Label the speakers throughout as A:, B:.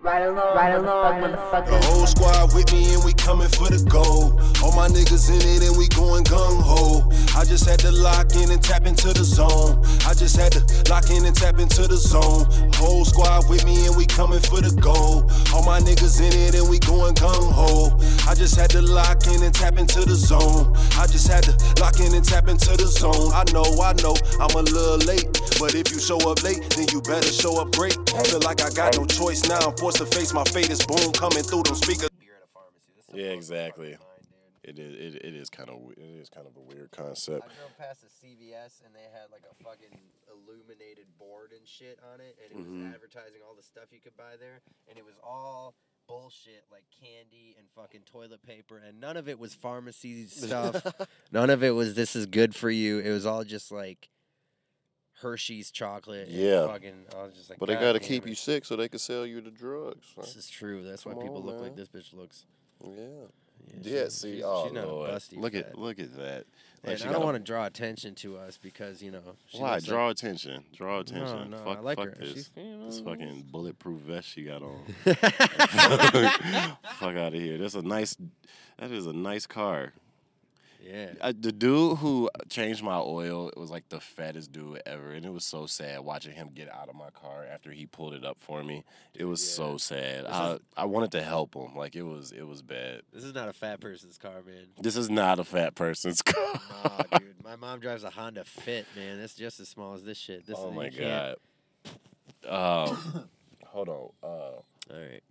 A: Ride along, ride along,
B: The
A: motherfucker.
B: whole squad with me and we coming for the gold. All my niggas in it and we going gung ho. I just had to lock in and tap into the zone. I just had to lock in and tap into the zone. Whole squad with me and we coming for the gold. All my niggas in it and we going gung ho. I just had to lock in and tap into the zone. I just had to lock in and tap into the zone. I know, I know, I'm a little late. But if you show up late, then you better show up great. Feel like I got no choice now. I'm forced to face my fate. It's boom coming through them speakers.
C: Yeah, exactly. It is. It, it is kind of. It is kind of a weird concept.
D: I drove past a CVS and they had like a fucking illuminated board and shit on it, and it
C: Mm-hmm.
D: was advertising all the stuff you could buy there, and it was all bullshit like candy and fucking toilet paper, and none of it was pharmacy stuff. none of it was this is good for you. It was all just like Hershey's chocolate. and
C: Yeah.
D: fucking. I was just like,
C: But they
D: "God
C: gotta
D: damn
C: keep
D: it."
C: you sick so they can sell you the drugs. huh?
D: This is true. That's why
C: Come
D: people
C: on,
D: look
C: man.
D: like this bitch looks.
C: Yeah.
D: she's-
C: Yeah. See.
D: she's-
C: oh
D: she's not a
C: Lord.
D: busty
C: Look at
D: fat.
C: look at that.
D: And
C: she
D: I don't
C: got a-
D: want to draw attention to us because you know. she
C: Why
D: looks like-
C: draw attention? Draw attention.
D: no, I
C: fuck
D: like
C: fuck
D: her.
C: this.
D: She's-
C: this fucking bulletproof vest she got on. fuck out of here. That's a nice. That is a nice car.
D: Yeah.
C: I, the dude who changed my oil was like the fattest dude ever, and it was so sad watching him get out of my car after he pulled it up for me. It was so sad. I, I wanted to help him. Like it was it was bad.
D: This is not a fat person's car, man.
C: This is not a fat person's car.
D: Nah, dude. My mom drives a Honda Fit, man. That's just as small as this shit. This
C: oh
D: is,
C: my
D: you can't-
C: god. Um, hold on. Uh,
D: All right.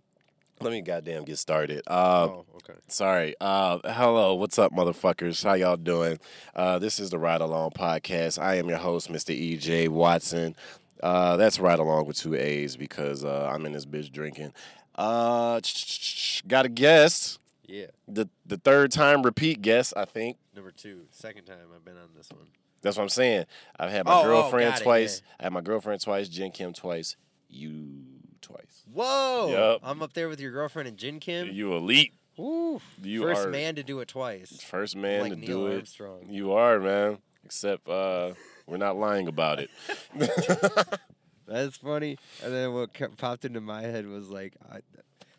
C: let me goddamn get started. Uh,
D: Oh, okay.
C: Sorry. Uh, hello. What's up, motherfuckers? How y'all doing? Uh, this is the Ride Along Podcast. I am your host, Mr. EJ Watson. Uh, that's Ride Along with two A's because uh, I'm in this bitch drinking. Uh, got a guest.
D: Yeah.
C: The the third time repeat guest, I think.
D: Number two. Second time I've been on this one.
C: That's what I'm saying. I've had my
D: Oh, oh,
C: girlfriend
D: got it,
C: twice.
D: yeah.
C: I had my girlfriend twice. Jen Kim twice. You twice.
D: Whoa.
C: Yup.
D: I'm up there with your girlfriend and Jin Kim.
C: You elite.
D: Woo.
C: You
D: First
C: are-
D: man to do it twice.
C: First man
D: Like
C: to
D: Neil
C: do it.
D: Armstrong.
C: You are, man. Except uh, we're not lying about it.
D: That's funny. And then what co- popped into my head was like, I,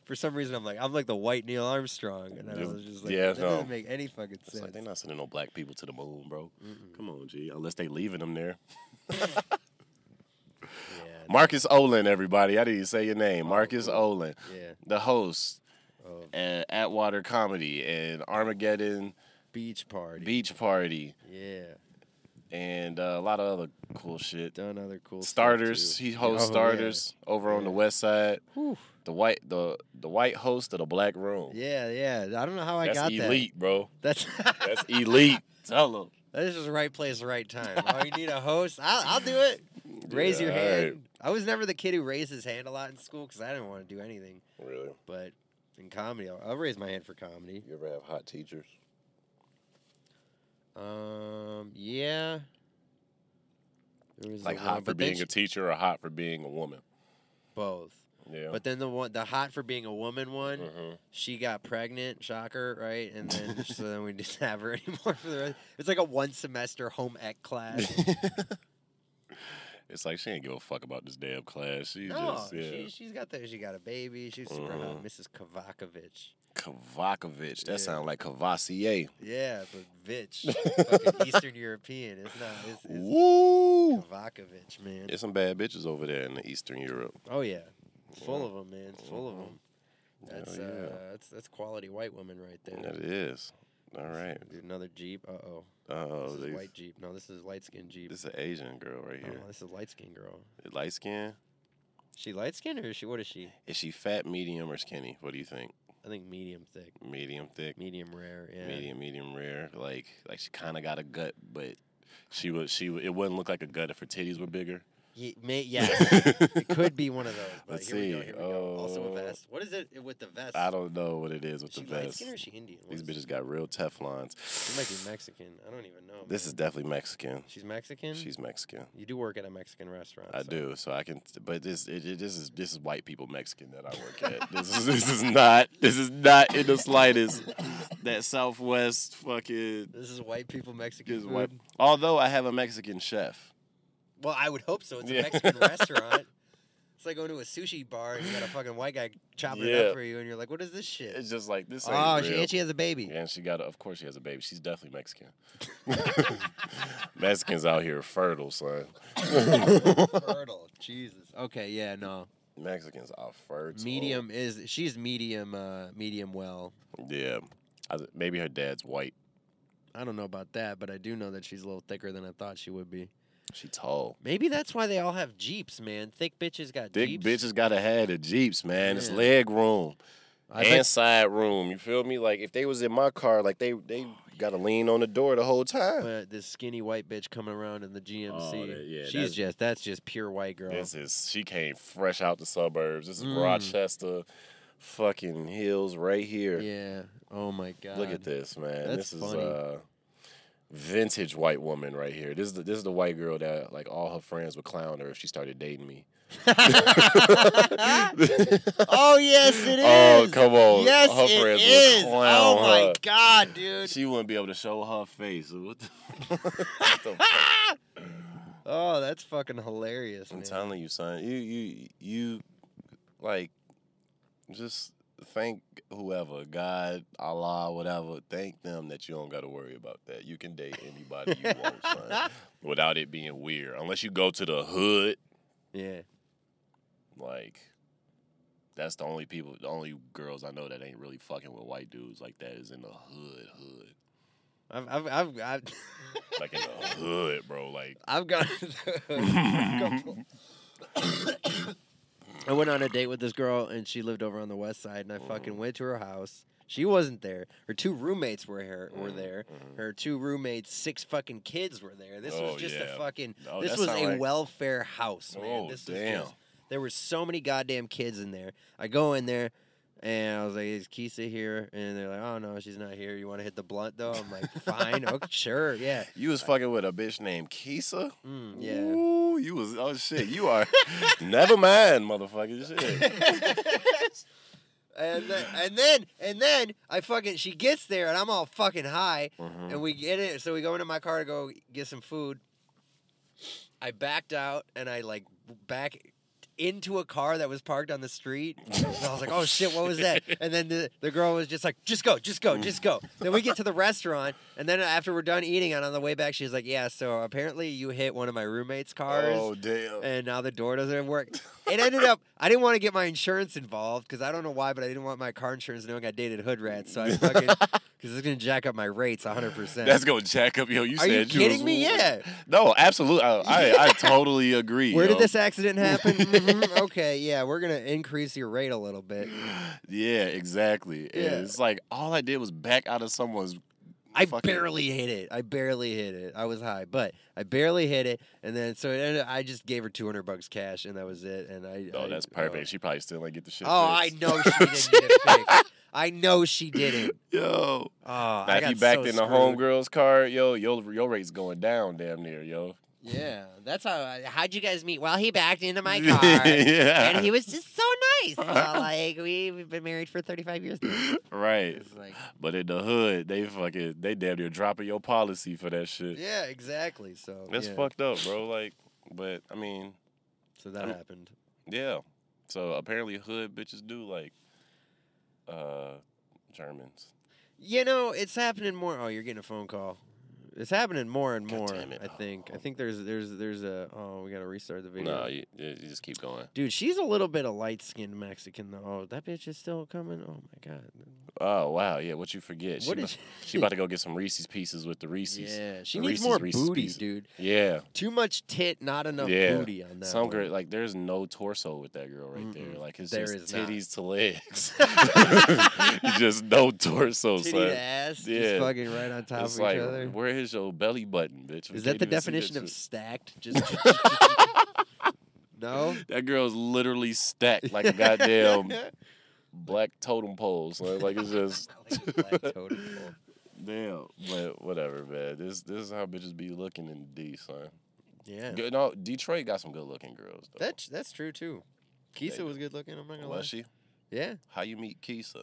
D: for some reason, I'm like, I'm like the white Neil Armstrong, and I
C: Dude,
D: was just like,
C: yeah,
D: that
C: no.
D: doesn't make any fucking
C: It's
D: sense.
C: like they're not sending no black people to the moon, bro. Come on, G. Unless they leaving them there.
D: yeah.
C: Marcus Olin, everybody. I didn't even say your
D: Oh,
C: name. Marcus Olin,
D: yeah. Oh,
C: the host
D: Of
C: at Atwater Comedy and Armageddon
D: beach party.
C: Beach Party
D: yeah.
C: and uh, a lot of other cool shit.
D: Done other cool stuff,
C: Starters.
D: too.
C: He
D: Oh,
C: hosts
D: yeah.
C: Starters over on the west side. The white the the white host of the black room.
D: Yeah, yeah. I don't know how I
C: That's
D: got
C: elite, bro.
D: that. That's
C: That's e elite. Tell them.
D: that's just right place, right time. Oh, you need a host? I'll, I'll do it. Raise your hand. I was never the kid who raised his hand a lot in school because I didn't want to do anything.
C: Really?
D: But in comedy, I'll, I'll raise my hand for comedy.
C: You ever have hot teachers?
D: Um, yeah. There was
C: Like
D: the one-
C: hot for
D: but then
C: being
D: she-
C: a teacher or hot for being a woman?
D: both.
C: Yeah.
D: But then the one, the hot for being a woman one,
C: Mhm.
D: she got pregnant, shocker, right? And then so then we didn't have her anymore for the rest. It's like a one semester home ec class.
C: It's like she ain't give a fuck about this damn class. She
D: no,
C: just yeah. Uh-huh.
D: she, she's got that. She got a baby. She's super hot, Mrs. Kovakovich.
C: Kovakovich. That
D: Yeah.
C: sound like Kavassier.
D: Yeah, but Vich, fucking Eastern European. It's not. It's, it's
C: Woo!
D: Kovakovich, man.
C: There's some bad bitches over there in the Eastern Europe.
D: Oh yeah, it's full of them, man. It's full of them. That's
C: Uh-huh. yeah.
D: uh, that's that's quality white woman right there.
C: That is. All right.
D: Dude, another Jeep. Uh oh.
C: Oh,
D: this is
C: these-
D: white Jeep. No, this is light skinned Jeep.
C: this is an Asian girl right
D: No,
C: here.
D: this is light skinned girl.
C: Light skin.
D: She light skinned or is she what is she?
C: Is she fat, medium, or skinny? What do you think?
D: I think medium thick,
C: Medium thick.
D: medium rare. Yeah.
C: medium, medium rare. Like like she kind of got a gut, but she would she would, it wouldn't look like a gut if her titties were bigger.
D: Ye- may, yes. it could be one of those. But
C: Let's
D: here we go.
C: see.
D: Here we go. Also
C: Oh.
D: a vest. What is it with the vest?
C: I don't know what it is with
D: Is she
C: the
D: light
C: vest.
D: skinned or is she Indian? What
C: These
D: is-
C: bitches got real
D: She might
C: Teflons.
D: be Mexican. I don't even know.
C: This is definitely Mexican.
D: She's Mexican.
C: She's Mexican.
D: You do work at a Mexican restaurant.
C: I
D: so-
C: do, so I can. But this, it, it- this is this is white people Mexican that I work at. This is this is not this is not in the slightest that Southwest fucking.
D: This is white people Mexican
C: Is
D: food.
C: white. Although I have a Mexican chef.
D: Well, I would hope so. It's a
C: Yeah.
D: Mexican restaurant. It's like going to a sushi bar and you got a fucking white guy chopping it
C: Yeah.
D: up for you, and you're like, "What is this shit?"
C: It's just like this. Ain't
D: oh,
C: real.
D: she and she has a baby.
C: Yeah, and she got, a, of course, she has a baby. She's definitely Mexican. Mexicans out here fertile, son.
D: Fertile, Jesus. Okay, yeah, no.
C: Mexicans are fertile.
D: Medium is she's medium, uh, medium well.
C: Yeah. I, th- maybe her dad's white.
D: I don't know about that, but I do know that she's a little thicker than I thought she would be.
C: She tall.
D: Maybe that's why they all have jeeps, man. Thick bitches got
C: Thick
D: jeeps.
C: bitches gotta have the jeeps, man. It's
D: Yeah.
C: leg room
D: I
C: and
D: bet,
C: side room. You feel me? Like if they was in my car, like they they gotta lean on the door the whole time.
D: but this skinny white bitch coming around in the GMC.
C: Oh, that- yeah,
D: she's
C: that's-
D: just that's just pure white girl.
C: This is she came fresh out the suburbs. This is
D: Mm.
C: Rochester, fucking hills right here.
D: Yeah. Oh my god.
C: Look at this, man.
D: That's
C: this
D: funny.
C: is uh vintage white woman right here. This is the this is the white girl that like all her friends would clown her if she started dating me.
D: oh yes, it is.
C: Oh, come on.
D: Yes,
C: Her
D: it
C: friends would
D: is.
C: clown
D: oh my
C: her.
D: god, dude.
C: She wouldn't be able to show her face. What the, what the fuck?
D: Oh, that's fucking hilarious,
C: I'm
D: man.
C: telling you, son. You you you like just thank whoever, God, Allah, whatever. Thank them that you don't got to worry about that. You can date anybody you want, son, without it being weird. Unless you go to the hood,
D: yeah.
C: like that's the only people, the only girls I know that ain't really fucking with white dudes like that is in the hood, hood.
D: I've I've I've I've,
C: like in the hood, bro. Like
D: I've gone to the- couple- I went on a date with this girl and she lived over on the west side and I
C: Mm.
D: fucking went to her house. She wasn't there. Her two roommates were here were
C: Mm,
D: there. Her two roommates, six fucking kids were there. This
C: Oh,
D: was just
C: yeah.
D: a fucking
C: Oh,
D: this
C: that
D: was
C: sound
D: a
C: like-
D: welfare house, man.
C: Oh,
D: this
C: damn.
D: Was just, there were so many goddamn kids in there. I go in there and I was like, "Is Kisa here?" And they're like, "Oh no, she's not here. You want to hit the blunt though?" I'm like, "Fine, okay, sure, yeah,
C: you was fucking with a bitch named Kisa.
D: mm, yeah."
C: Ooh, you was oh shit. You are never mind, motherfucker. Shit.
D: and then, and then and then I fucking she gets there and I'm all fucking high
C: Mhm.
D: and we get it so we go into my car to go get some food. I backed out and I like back into a car that was parked on the street. And I was like, "Oh shit, what was that?" And then the, the girl was just like, "Just go, just go, just go." Then we get to the restaurant and then after we're done eating and on the way back she's like, "Yeah, so apparently you hit one of my roommate's cars."
C: Oh damn.
D: and now the door doesn't work. It ended up I didn't want to get my insurance involved because I don't know why, but I didn't want my car insurance knowing I dated hood rats. So I fucking because it's gonna jack up my rates 100. percent
C: That's gonna jack up, yo. You
D: Are
C: said
D: you
C: was-
D: kidding me? Yeah.
C: No, absolutely. I, I, I totally agree.
D: Where
C: yo.
D: did this accident happen? Mhm, Okay, yeah, we're gonna increase your rate a little bit.
C: Yeah, exactly. And
D: Yeah.
C: It's like all I did was back out of someone's.
D: I
C: fucking-
D: barely hit it. I barely hit it. I was high, but I barely hit it. And then so it ended, I just gave her 200 bucks cash, and that was it. And I
C: Oh,
D: I-
C: that's
D: oh.
C: perfect. She probably still ain't get the shit.
D: Oh, I
C: fixed.
D: know she didn't get it fixed. I know she didn't.
C: Yo.
D: Oh, I
C: Now, if
D: got
C: you backed
D: so
C: in the
D: screwed.
C: homegirl's car, yo, your your rate's going down, damn near, yo.
D: Yeah, that's how. I, how'd you guys meet? Well, he backed into my car,
C: yeah.
D: and he was just so nice. Uh, like we, we've been married for 35 years. Now.
C: Right.
D: It's like,
C: But in the hood, they fucking they damn near dropping your policy for that shit.
D: yeah, exactly. So
C: That's
D: yeah,
C: fucked up, bro. Like, but I mean,
D: So that
C: I'm-
D: happened.
C: yeah. So apparently, hood bitches do like uh Germans.
D: You know, it's happening more. Oh, you're getting a phone call. It's happening more and
C: God
D: more.
C: damn it.
D: I think. I
C: Oh.
D: think there's there's there's a. Oh, we gotta restart the video.
C: No, you, you you just keep going.
D: Dude, she's a little bit of light skinned Mexican though. Oh, that bitch is still coming. Oh my god.
C: Oh wow, yeah. What you forget? She,
D: What
C: about,
D: is
C: she about to go get some Reese's pieces with the Reese's.
D: Yeah, she
C: The
D: needs
C: Reese's
D: more
C: Reese's
D: booty,
C: Pieces.
D: dude.
C: Yeah.
D: Too much tit, not enough
C: Yeah.
D: booty on that.
C: Some
D: one.
C: girl like there's no torso with that girl right there.
D: Mm-mm.
C: Like it's
D: There is
C: just
D: not.
C: titties to legs. just no torso,
D: titty
C: son.
D: to ass, just
C: Yeah.
D: fucking right on top
C: It's
D: of
C: like,
D: each other.
C: where is your belly button, bitch? We
D: Is that
C: can't
D: the
C: even see
D: definition of
C: shit.
D: stacked? Just no.
C: That girl's literally stacked like a goddamn black totem pole. So like it's just
D: Like a black totem pole.
C: damn. But whatever, man. This this is how bitches be looking in D, son.
D: Yeah,
C: Good- No, Detroit got some good looking girls though.
D: that's that's true too. Kisa
C: They-
D: was good looking. I'm not gonna lie.
C: was she?
D: Yeah,
C: How you meet Kisa?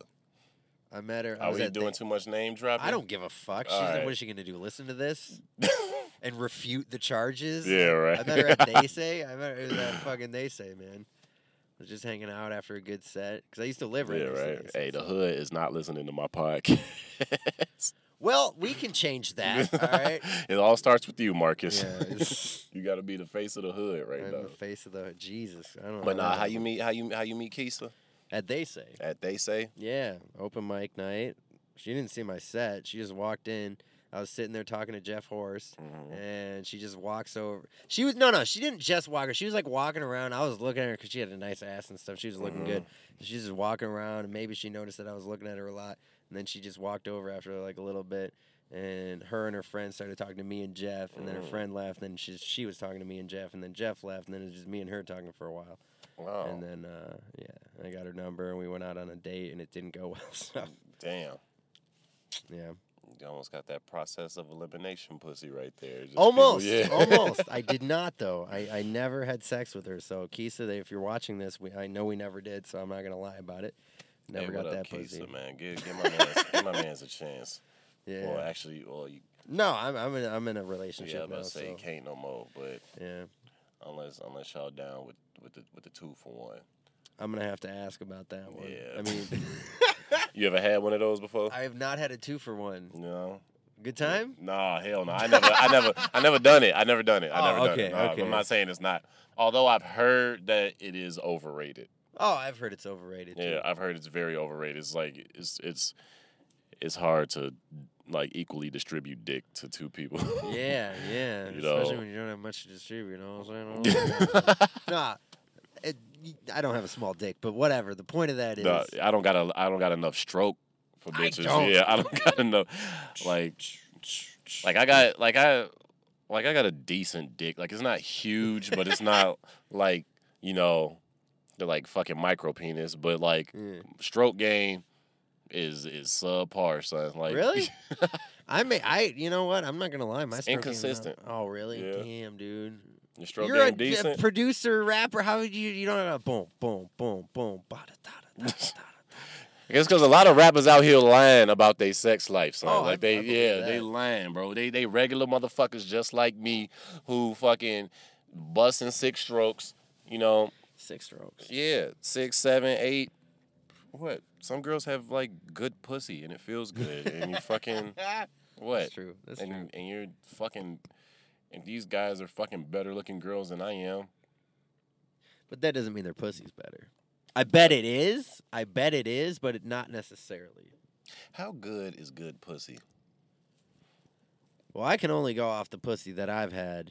D: I met her. I
C: Are
D: was
C: we
D: at the-
C: doing too much name dropping?
D: I don't give a fuck. She's
C: All
D: like,
C: right.
D: what is she gonna do? Listen to this and refute the charges?
C: yeah, right.
D: I met her at They Say. I met her at fucking They Say, man. was just hanging out after a good set because I used to live right.
C: Yeah,
D: next to
C: right.
D: these
C: Hey,
D: things.
C: the hood is not listening to my podcast.
D: Well, we can change that. all right.
C: it all starts with you, Marcus.
D: Yeah, it's-
C: you got to be the face of the hood right
D: Right
C: now.
D: in the face of the Jesus. I don't know.
C: But nah,
D: that
C: how you
D: happened.
C: meet? How you how you meet Kisa?
D: At they say.
C: At they say.
D: Yeah, open mic night. She didn't see my set. She just walked in. I was sitting there talking to Jeff Horst,
C: Mm-hmm.
D: and she just walks over. She was no, no. She didn't just walk her. She was like walking around. I was looking at her because she had a nice ass and stuff. She was looking good. She's just walking around, and maybe she noticed that I was looking at her a lot. And then she just walked over after like a little bit, and her and her friend started talking to me and Jeff. And then her
C: Mm.
D: friend left. And then she she was talking to me and Jeff. And then Jeff left. And then it was just me and her talking for a while.
C: Wow.
D: And then, uh, yeah, I got her number and we went out on a date and it didn't go well. So,
C: Damn.
D: yeah.
C: You almost got that process of elimination pussy right there. Just people-
D: Almost.
C: yeah.
D: almost. I did not, though. I, I never had sex with her. So, Kisa, if you're watching this, we, I know we never did, so I'm not going to lie about it. Never
C: Hey,
D: got
C: what up,
D: that
C: Kisa,
D: pussy.
C: man. Give, give my man's, give my man's a chance.
D: Yeah.
C: Well, actually, well, you,
D: no, I'm, I'm, in, I'm in a
C: yeah, I
D: relationship
C: was about
D: now.
C: to say you
D: So,
C: can't no more. But
D: yeah.
C: unless unless y'all down with with the with the two for one.
D: I'm going to have to ask about that one.
C: Yeah.
D: I mean,
C: You ever had one of those before?
D: I have not had a two for one.
C: no.
D: Good time?
C: Nah, hell no. I never, I never, I never done it. I never done it. I
D: Oh,
C: never
D: okay,
C: done it. Nah,
D: okay.
C: I'm not saying it's not. Although I've heard that it is overrated.
D: Oh, I've heard it's overrated.
C: Yeah, I've heard it's very overrated. It's like it's it's it's hard to like equally distribute dick to two people.
D: Too. Yeah, yeah.
C: You
D: Especially
C: know.
D: when you don't have much to distribute. You know what I'm saying? Nah, it, y- I don't have a small dick, but whatever. The point of that is,
C: Nah, I don't got a I don't got enough stroke for
D: I
C: bitches.
D: don't.
C: Yeah, I don't got enough. Like like I got like I like I got a decent dick. Like it's not huge, but it's not like you know the like fucking micro penis. But like
D: Yeah.
C: stroke game is is subpar, son. Like
D: really, I may, I, you know what? I'm not gonna lie, my
C: It's
D: stroke game is not-
C: inconsistent.
D: oh, really?
C: Yeah.
D: Damn, dude.
C: your stroke
D: You're a,
C: game
D: d-
C: decent.
D: producer, rapper. How would you? You don't have a boom, boom, boom, boom. ba da da da da da.
C: I guess because a lot of rappers out here lying about their sex life, son.
D: Oh, I-
C: like they,
D: I believe
C: yeah, they
D: that.
C: lying, bro. They they regular motherfuckers just like me, who fucking busting six strokes. You know,
D: Six strokes.
C: yeah, six, seven, eight. What? Some girls have like good pussy and it feels good, and you fucking
D: Ah,
C: what?
D: That's true. That's true.
C: and and you're fucking. And these guys are fucking better looking girls than I am.
D: But that doesn't mean their pussy's better. I bet it is. I bet it is, but it not necessarily.
C: How good is good pussy?
D: Well, I can only go off the pussy that I've had,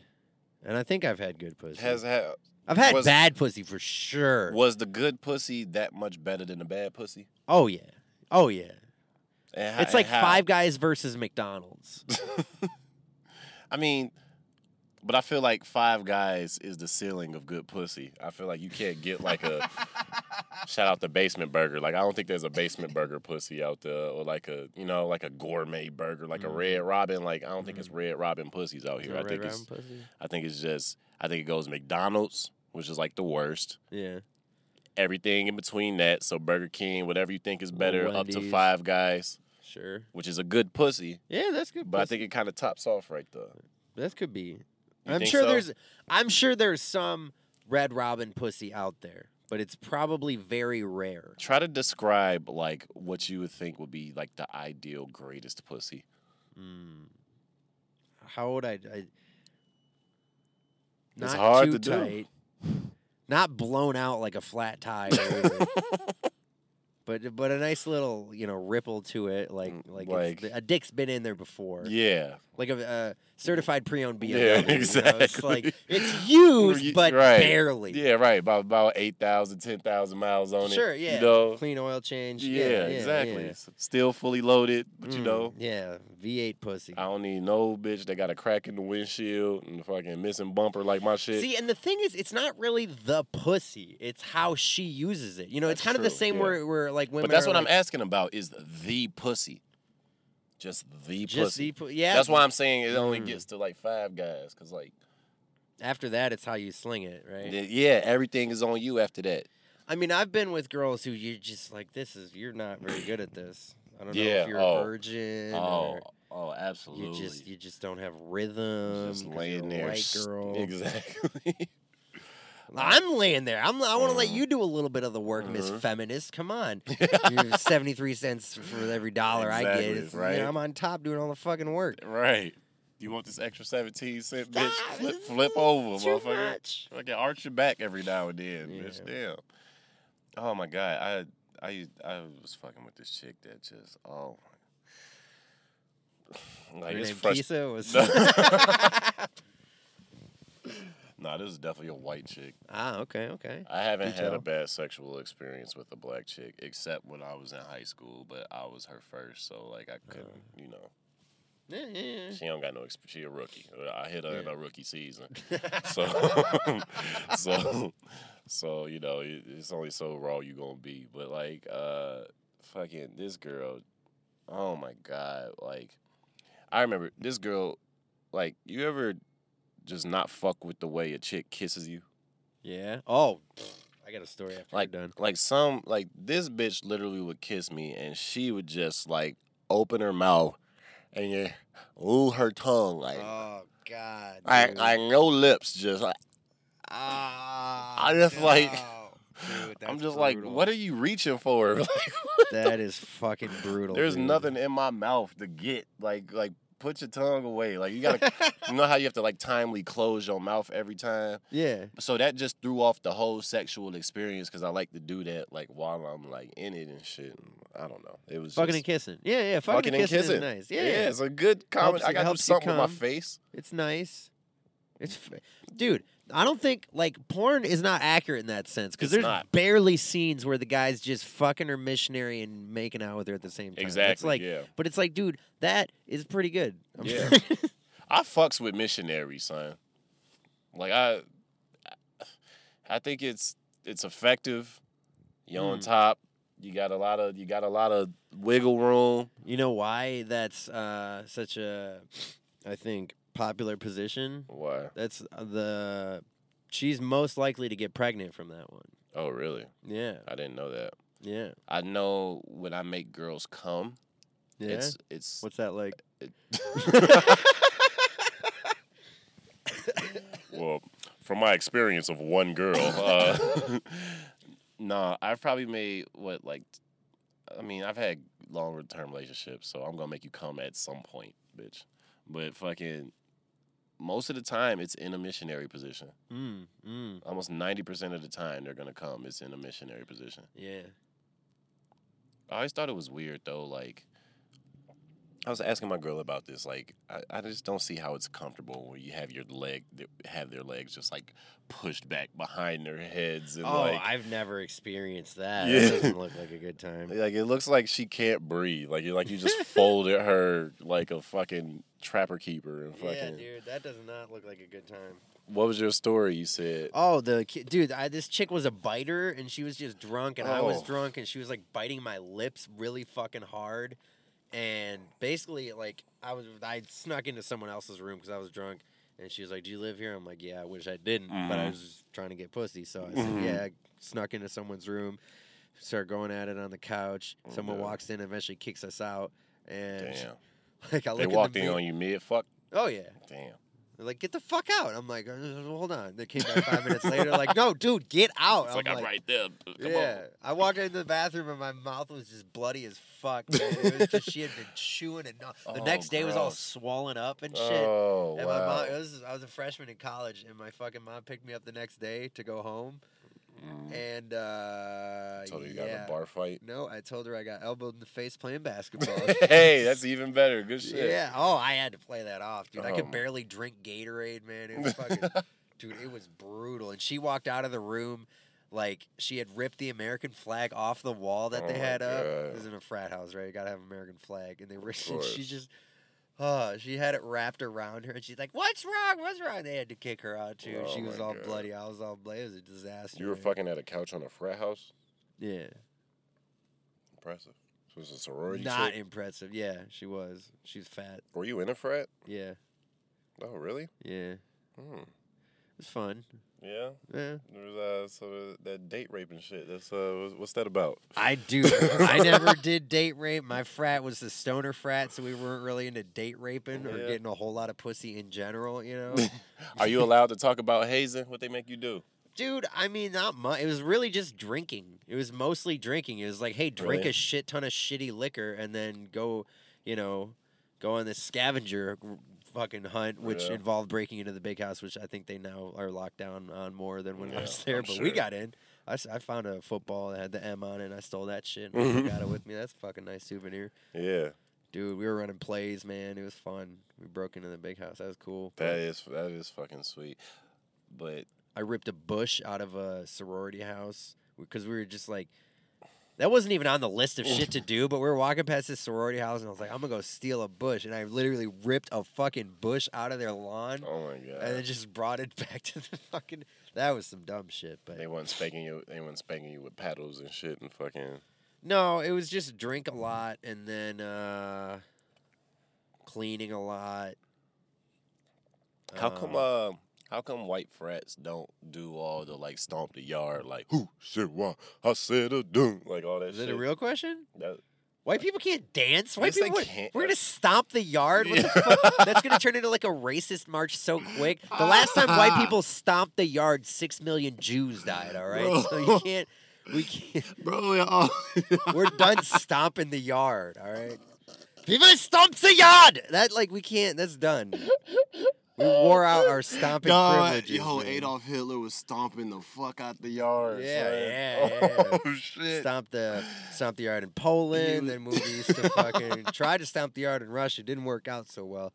D: and I think I've had good pussy.
C: Has ha-
D: I've had
C: was-
D: bad pussy for sure.
C: was the good pussy that much better than the bad pussy?
D: Oh yeah. Oh yeah.
C: And how-
D: It's like
C: and how-
D: Five Guys versus McDonald's.
C: I mean, but I feel like Five Guys is the ceiling of good pussy. I feel like you can't get like a shout out the basement burger. Like I don't think there's a basement burger pussy out there, or like a you know like a gourmet burger, like a
D: Mm-hmm.
C: Red Robin. Like I don't think it's Red Robin pussies out here. I think it's I think it's just I think it goes McDonald's, which is like the worst.
D: Yeah.
C: Everything in between that, so Burger King, whatever you think is better, up to
D: Wendy's.
C: Five Guys,
D: Sure.
C: which is a good pussy.
D: Yeah, that's good.
C: But I think it kind of tops off right there.
D: that could be.
C: You
D: I'm
C: think
D: sure
C: so?
D: there's. I'm sure there's some Red Robin pussy out there, but it's probably very rare.
C: Try to describe like what you would think would be like the ideal greatest pussy.
D: Mm. How would I? I not
C: hard
D: too
C: to do.
D: tight, not blown out like a flat tire, either. but but a nice little you know ripple to it, like
C: Mm,
D: like,
C: like-
D: it's, a dick's been in there before,
C: Yeah,
D: like a, a certified pre-owned BMW.
C: Yeah,
D: you know? It's like
C: exactly.
D: it's used,
C: You-
D: but
C: right.
D: barely.
C: yeah, right. About about eight thousand, ten thousand miles on it.
D: sure, yeah.
C: You know,
D: Clean oil change.
C: yeah, exactly.
D: yeah.
C: S- Still fully loaded, but you
D: Mm,
C: know,
D: yeah, V8 pussy.
C: I don't need no bitch that got a crack in the windshield and fucking missing bumper like my shit.
D: See, and the thing is, it's not really the pussy; it's how she uses it. You know, it's
C: That's
D: kind of the
C: true,
D: same
C: yeah.
D: where, where like women.
C: but that's
D: are
C: what I'm
D: like,
C: asking about is the pussy, just the
D: Just
C: pussy.
D: the pu- yeah.
C: That's why I'm saying it only
D: Mm.
C: gets to like five guys, cause like
D: After that, it's how you sling it, right?
C: th- yeah, everything is on you after that.
D: I mean, I've been with girls who you're just like, this is you're not very good at this. I don't know
C: Yeah,
D: if you're
C: oh.
D: a virgin
C: Oh,
D: or
C: oh, absolutely.
D: you just you just don't have rhythm.
C: just
D: 'cause
C: laying
D: you're a
C: there,
D: white
C: s-
D: girl.
C: Exactly.
D: I'm laying there. I'm, I want to let
C: Mhm.
D: you do a little bit of the work, Miss
C: Mhm.
D: Feminist. Come on. You're 73 cents for every dollar I
C: Exactly,
D: get. It's- you know,
C: right.
D: I'm on top doing all the fucking work.
C: Right. You want this extra 17 cent, bitch?
D: Stop,
C: Flip,
D: it's
C: flip over,
D: too
C: motherfucker.
D: much.
C: Fucking arch your back every now and then,
D: Yeah.
C: bitch. Damn. Oh my god, I, I, I was fucking with this chick that just oh. my- Like
D: Her
C: it's
D: name
C: frust-
D: Pisa was.
C: nah, this is definitely a white chick.
D: ah, okay, okay.
C: I haven't
D: Do
C: had
D: tell.
C: a bad sexual experience with a black chick except when I was in high school, but I was her first, so like I couldn't, you know.
D: Yeah, yeah, yeah.
C: She don't got no exp- she a rookie. I hit her in
D: Yeah.
C: her rookie season. So so so you know, it, it's only so raw you going to be, but like uh fucking this girl oh my god, like I remember this girl like you ever just not fuck with the way a chick kisses you?
D: Yeah. Oh, I got a story after
C: like
D: we're done.
C: like some like this bitch literally would kiss me and she would just like open her mouth and yeah, ooh her tongue like
D: Oh God.
C: I
D: dude.
C: I no lips just like
D: Ah,
C: I just, like-
D: no. Dude,
C: I'm
D: that's
C: just
D: brutal.
C: like what are you reaching for like
D: That is fucking brutal.
C: there's
D: dude.
C: nothing in my mouth to get like like put your tongue away like you gotta you know how you have to like timely close your mouth every time
D: yeah.
C: so that just threw off the whole sexual experience because I like to do that like while I'm like in it and shit I don't know it was
D: Fucking
C: just-
D: and kissing. Yeah, yeah. Fucking,
C: fucking
D: and
C: and
D: kissing,
C: kissing.
D: is nice. Yeah,
C: it's a good comment.
D: Helps
C: I
D: you-
C: got to do
D: helps you
C: something with my
D: come.
C: face.
D: it's nice. It's, f- dude. I don't think like porn is not accurate in that sense because
C: It's
D: there's
C: not.
D: barely scenes where the guy's just fucking her missionary and making out with her at the same time. It's
C: Exactly,
D: like,
C: yeah.
D: but it's like, dude, that is pretty good. I'm
C: Yeah. I fucks with missionaries, son. Like I, I think it's it's effective. You on
D: Mm.
C: top. You got a lot of you got a lot of wiggle room.
D: You know why that's uh, such a, I think, popular position?
C: Why?
D: That's uh, the. She's most likely to get pregnant from that one.
C: Oh, really?
D: Yeah,
C: I didn't know that.
D: yeah,
C: I know when I make girls come,
D: yeah.
C: it's it's
D: What's that like?
C: well, from my experience of one girl, uh, nah, I've probably made what like, I mean, I've had longer term relationships, so I'm gonna make you come at some point, bitch. But fucking, most of the time, it's in a missionary position.
D: Mm, mm.
C: Almost ninety percent of the time, they're gonna come. It's in a missionary position.
D: Yeah.
C: I always thought it was weird though. Like, I was asking my girl about this. Like, I, I just don't see how it's comfortable when you have your leg have their legs just like pushed back behind their heads and
D: oh,
C: like.
D: I've never experienced that.
C: Yeah.
D: That doesn't look like a good time.
C: like it looks like she can't breathe. Like you, like you just folded her like a fucking trapper keeper and fucking.
D: Yeah, dude, that does not look like a good time.
C: What was your story? You said.
D: Oh, the ki- dude, I, this chick was a biter, and she was just drunk, and I was
C: Oh.
D: drunk, and she was like biting my lips really fucking hard, and basically like I was I snuck into someone else's room because I was drunk, and she was like, "Do you live here?" I'm like, "Yeah, I wish I didn't, but I
C: Mhm.
D: was just trying to get pussy." So I said,
C: Mhm.
D: "Yeah," I snuck into someone's room, start going at it on the couch.
C: Oh,
D: Someone
C: no.
D: walks in, eventually kicks us out, and
C: Damn.
D: like I
C: They
D: look
C: walked
D: in,
C: in
D: the
C: on
D: mirror-
C: you mid fuck.
D: Oh yeah,
C: Damn.
D: they're like, get the fuck out. I'm like, "Uh, hold on. They came back five minutes later, like, no, dude, get out.
C: It's
D: I'm
C: like, I'm right there. Come
D: yeah. I walked into the bathroom and my mouth was just bloody as fuck. dude. It was just, she had been chewing and not- the
C: Oh,
D: next day was all
C: gross.
D: swollen up and
C: on.
D: shit.
C: Oh
D: and
C: wow.
D: my mom, it was, I was a freshman in college, and my fucking mom picked me up the next day to go home.
C: Mm.
D: And uh,
C: Told you you
D: yeah.
C: got in a bar fight.
D: No, I told her I got elbowed in the face playing basketball.
C: hey, that's even better. Good shit.
D: Yeah. Oh, I had to play that off, dude. I
C: Oh.
D: could barely drink Gatorade, man. It was fucking, dude. It was brutal. And she walked out of the room like she had ripped the American flag off the wall that
C: Oh
D: they
C: my
D: had up.
C: God.
D: This is in a frat house, right? You gotta have American flag, and they were. and
C: course.
D: she just. Oh, she had it wrapped around her, and she's like, "What's wrong? What's wrong?" They had to kick her out too.
C: Oh
D: she
C: my
D: was all
C: God.
D: bloody. I was all bloody. It was a disaster.
C: You were
D: man.
C: fucking at a couch on a frat house.
D: Yeah.
C: Impressive. So it's a sorority.
D: Not
C: chick?
D: impressive. Yeah, she was. She was fat.
C: Were you in a frat?
D: Yeah.
C: Oh, really?
D: Yeah.
C: Hmm.
D: It was fun.
C: Yeah.
D: Yeah.
C: There was uh, so that date rape and shit. That's uh, what's that about?
D: I do. I never did date rape. My frat was the stoner frat, so we weren't really into date raping or
C: Yeah.
D: getting a whole lot of pussy in general, you know?
C: Are you allowed to talk about hazing? What they make you do?
D: Dude, I mean, not much. It was really just drinking. It was mostly drinking. It was like, hey, drink
C: Really?
D: a shit ton of shitty liquor and then go, you know, go on this scavenger r- fucking hunt, which
C: Yeah.
D: involved breaking into the big house, which I think they now are locked down on more than when
C: Yeah,
D: I was there.
C: I'm
D: but
C: sure.
D: we got in. I, s- I found a football that had the M on it, and I stole that shit and I
C: Mm-hmm.
D: got it with me. That's a fucking nice souvenir.
C: Yeah,
D: Dude, we were running plays, man. It was fun. We broke into the big house. That was cool.
C: that is that is fucking sweet. But
D: I ripped a bush out of a sorority house because we were just like, that wasn't even on the list of shit to do, but we were walking past this sorority house and I was like, I'm gonna go steal a bush. And I literally ripped a fucking bush out of their lawn
C: oh my
D: and then
C: god,
D: just brought it back to the fucking. That was some dumb shit, but
C: they weren't spanking you. They weren't spanking you with paddles and shit and fucking.
D: no, it was just drink a lot and then uh, cleaning a lot. Um,
C: How come? Uh, how come white frats don't do all the like stomp the yard like who said what I said a doom like all that
D: Is
C: shit?
D: it a real question?
C: That-
D: White people can't dance. White
C: Yes, they
D: people, would-
C: can't.
D: We're gonna stomp the yard. What
C: Yeah. Ah.
D: the fuck? That's gonna turn into like a racist march so quick. The last time white people stomped the yard, six million Jews died. All right, so you
A: Bro.
D: can't. We can't.
A: Bro, yeah, oh.
D: We're done stomping the yard. All right, people that stomp the yard. That like we can't. That's done. We wore out our stomping
A: God,
D: privileges.
A: yo,
D: man.
A: Adolf Hitler was stomping the fuck out the yard.
D: Yeah,
A: son.
D: yeah, yeah.
A: Oh shit.
D: Stomp the stomp the yard in Poland,
A: You-
D: then moved east to fucking tried to stomp the yard in Russia. Didn't work out so well.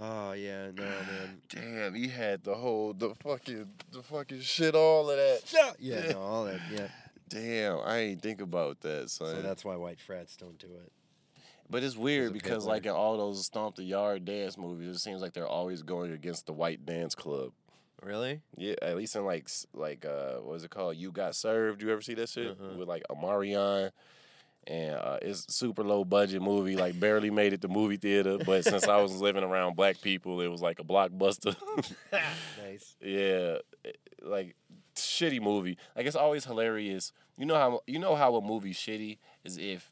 D: Oh yeah, no man.
C: Damn, he had the whole the fucking the fucking shit all of that.
D: Yeah, no, all that. Yeah.
C: Damn, I ain't think about that, son.
D: So that's why white frats don't do it.
C: but it's weird
D: a
C: because
D: Hitler.
C: like in all those stomp the yard dance movies, it seems like they're always going against the white dance club.
D: Really?
C: Yeah, at least in like s- like uh what is it called? You Got Served. You ever see that shit
D: Uh-uh.
C: with like Amarion? And uh, it's super low budget movie, like barely made it to movie theater. But since I was living around black people, it was like a blockbuster.
D: Nice.
C: Yeah, it- like shitty movie. Like it's always hilarious. You know how you know how a movie shitty is if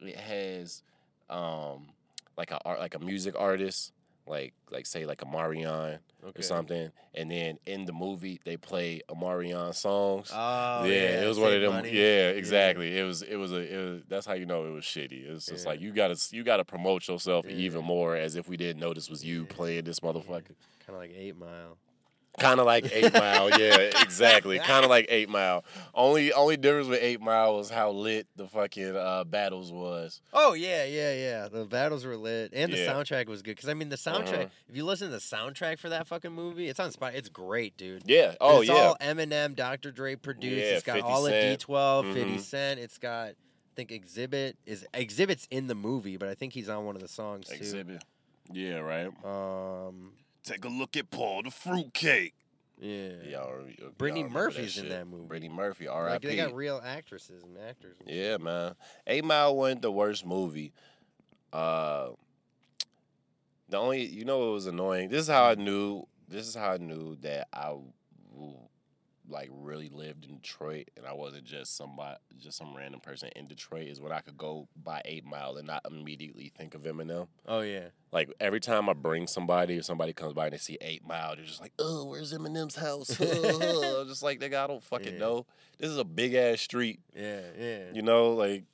C: it has um like a art like a music artist like like say like a Marion
D: Okay.
C: or something, and then in the movie they play a Marion songs.
D: Oh yeah,
C: it was one of
D: save
C: them.
D: money.
C: Yeah, exactly. It was. It was a. It was, that's how you know it was shitty. It's just
D: Yeah.
C: like you gotta. You gotta promote yourself
D: Yeah.
C: even more, as if we didn't know this was you
D: Yeah.
C: playing this motherfucker.
D: Kind of like Eight Mile.
C: Kind of like Eight Mile, yeah, exactly. Kind of like Eight Mile. Only only difference with Eight Mile was how lit the fucking uh, battles was.
D: Oh yeah, yeah, yeah. The battles were lit, and the
C: Yeah. Uh-huh.
D: soundtrack was good. Cause I mean, the soundtrack. If you listen to the soundtrack for that fucking movie, it's on spot. It's great, dude.
C: Yeah.
D: And
C: Oh
D: it's
C: yeah.
D: all Eminem, Dr. Dre produced.
C: Yeah,
D: it's got
C: 50
D: all of
C: Cent.
D: D12, 50
C: Mhm.
D: Cent. It's got, I think Exhibit is Exhibit's in the movie, but I think he's on one of the songs too.
C: Exhibit. Yeah. Right.
D: Um,
A: Take a look at Paul the fruitcake.
D: yeah.
C: Y'all. re- y'all
D: Brittany
C: remember
D: Murphy's in
C: shit.
D: that movie.
C: Brittany Murphy.
D: Like
C: R.I.P.
D: they got real actresses and actors. and shit.
C: yeah, man. Eight Mile wasn't the worst movie. Uh, the only you know what was annoying. This is how I knew. This is how I knew that I w- like really lived in Detroit and I wasn't just somebody, just some random person in Detroit. Is when I could go by Eight Mile and not immediately think of Eminem.
D: Oh yeah.
C: Like every time I bring somebody or somebody comes by and they see Eight Mile, they're just like, "Oh, where's Eminem's house?" I'm just like, "Nigga, I don't fucking
D: Yeah.
C: know. This is a big ass street,
D: Yeah, yeah.
C: you know? Like,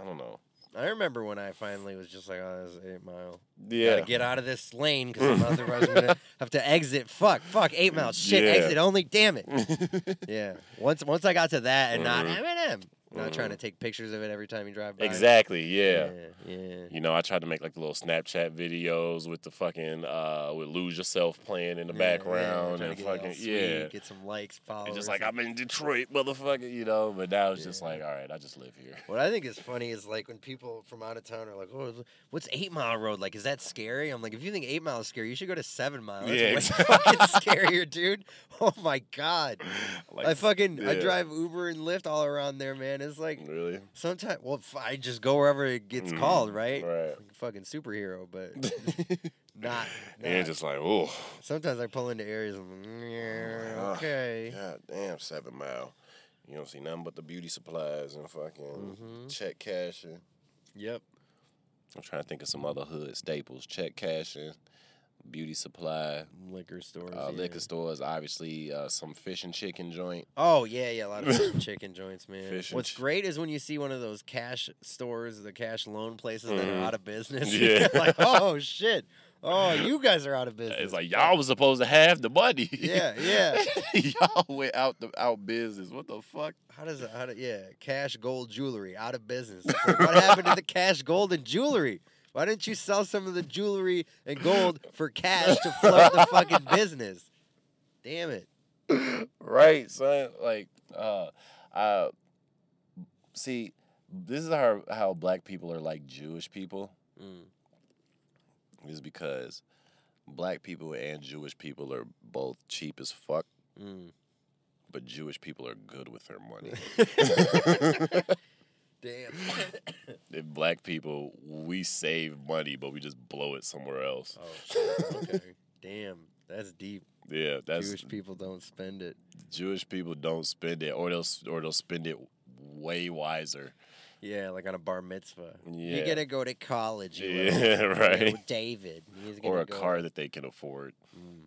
C: I don't know."
D: I remember when I finally was just like, "Oh, this is eight mile.
C: Yeah,
D: Gotta get out of this lane because otherwise I'm gonna have to exit. Fuck, fuck, eight mile. Shit,
C: Yeah.
D: exit only. Damn it. Yeah. Once once I got to that and not
C: Mhm.
D: Eminem, not trying
C: Mhm.
D: to take pictures of it every time you drive by.
C: exactly. Yeah.
D: Yeah. yeah.
C: You know, I tried to make like the little Snapchat videos with the fucking uh with lose yourself playing in the background
D: trying
C: and
D: to get all
C: fucking
D: sweet,
C: yeah.
D: get some likes, followers.
C: It's just like I'm in Detroit, motherfucker, you know. But now it's just
D: Yeah.
C: like, all right, I just live here.
D: What I think is funny is like when people from out of town are like, "Oh, what's Eight Mile Road like? Is that scary?" I'm like, "If you think Eight Mile is scary, you should go to Seven Mile. That's
C: Yeah,
D: way
C: exactly.
D: fucking scarier, dude. Oh my god,
C: Like,
D: I fucking I
C: yeah. Mm.
D: drive Uber and Lyft all around there, man. It's like
C: really,
D: sometimes, well, f- I just go wherever it gets
C: Mhm.
D: called, right?
C: right?
D: Like a fucking superhero, but not.
C: And
D: not.
C: just like, oh,
D: sometimes I pull into areas. I'm like, "Mm, "Yeah,
C: Ugh,
D: okay.
C: god damn, seven mile. You don't see nothing but the beauty supplies and fucking
D: Mhm.
C: check cashing.
D: Yep.
C: I'm trying to think of some other hood staples. Check cashing, beauty supply,
D: Liquor stores.
C: uh,
D: yeah.
C: liquor stores, obviously uh, some fish and chicken joint.
D: Oh yeah, yeah, a lot of fish and chicken joints, man.
C: Fish and
D: What's
C: ch-
D: great is when you see one of those cash stores, the cash loan places that
C: Mhm.
D: are out of business.
C: Yeah.
D: like, oh shit. Oh, you guys are out of business.
C: It's like y'all was supposed to have the money.
D: Yeah, yeah.
C: y'all went out the out business. What the fuck?
D: How does it? How do, yeah, cash gold jewelry out of business. It's like, what happened to the cash gold and jewelry? Why didn't you sell some of the jewelry and gold for cash to float the fucking business? Damn it.
C: Right, son. Like, uh, uh, see, this is how how black people are like Jewish people.
D: Mm.
C: Is because black people and Jewish people are both cheap as fuck,
D: Mm.
C: but Jewish people are good with their money.
D: Damn.
C: and black people, we save money, but we just blow it somewhere else.
D: oh, shit. okay. Damn. That's deep.
C: Yeah, that's
D: Jewish people don't spend it.
C: Jewish people don't spend it, or they'll s- or they'll spend it way wiser.
D: Yeah, like on a bar mitzvah.
C: Yeah.
D: You're gonna go to college. You
C: Yeah,
D: little- you
C: right.
D: little David. He's gonna
C: or a
D: go-
C: car that they can afford,
D: Mm.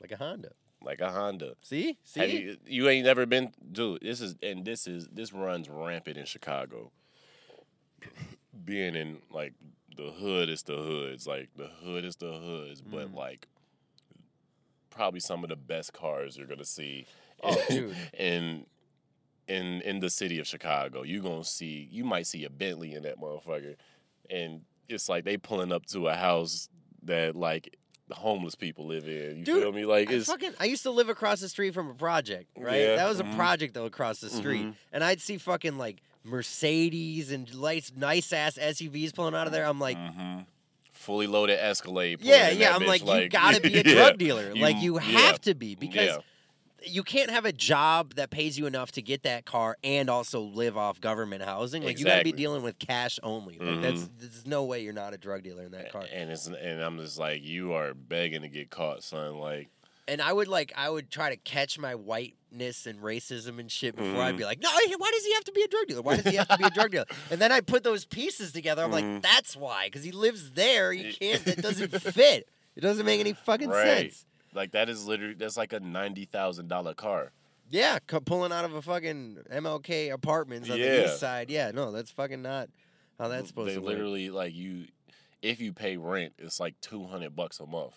D: like a Honda.
C: like a Honda.
D: See, see.
C: Have you, you ain't never been, dude. This is and this is this runs rampant in Chicago. Being in like the hood is the hoods, like the hood is the hoods, but
D: Mm.
C: like probably some of the best cars you're gonna see.
D: Oh, dude.
C: in in in the city of Chicago, you gonna see you might see a Bentley in that motherfucker, and it's like they pulling up to a house that like homeless people live in. You
D: Dude,
C: feel me? Like
D: I
C: it's
D: fucking I used to live across the street from a project, right?
C: Yeah,
D: That was a
C: mhm.
D: project though across the street.
C: Mhm.
D: And I'd see fucking like Mercedes and nice nice ass SUVs pulling out of there. I'm like,
C: Mhm. fully loaded Escalade. pulling
D: yeah,
C: in
D: yeah.
C: that
D: I'm
C: bitch,
D: like, you gotta be a drug dealer.
C: You-
D: like you
C: yeah.
D: have to be because
C: Yeah.
D: you can't have a job that pays you enough to get that car and also live off government housing. Like you got to be
C: Exactly. Mm-hmm.
D: dealing with cash only. Like that's there's no way you're not a drug dealer in that car.
C: And it's and I'm just like you are begging to get caught, son. Like
D: And I would like I would try to catch my whiteness and racism and shit before I'd
C: Mhm.
D: be like, no, he- why does he have to be a drug dealer? Why does he have to be a drug dealer? And then I put those pieces together. I'm
C: Mhm.
D: like, that's why, because he lives there. You
C: Y-
D: can't. That doesn't fit. It doesn't make any fucking
C: Right.
D: sense.
C: like that is literally that's like a ninety thousand dollar car.
D: Yeah, c- pulling out of a fucking MLK apartments on the
C: Yeah.
D: east side. Yeah, no, that's fucking not how that's supposed
C: they
D: to work.
C: literally like you if you pay rent it's like 200 bucks a month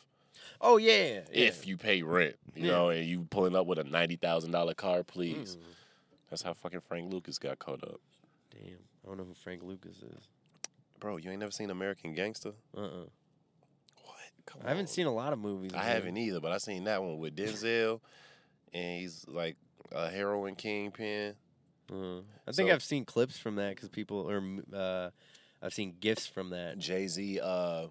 D: Oh yeah, yeah, yeah.
C: if you pay rent you
D: Yeah.
C: know and you pulling up with a $90000 car please
D: Mm,
C: that's how fucking frank lucas got caught up
D: damn, I don't know who Frank Lucas is.
C: bro you ain't never seen american gangster
D: Uh uh
C: what Come
D: I haven't
C: on.
D: seen a lot of movies.
C: Oh. i
D: man.
C: haven't either but i seen that one with denzel and he's like a heroin kingpin
D: Uh, I think
C: So-
D: I've seen clips from that because people or m- uh, I've seen gifs from that.
C: jay-z uh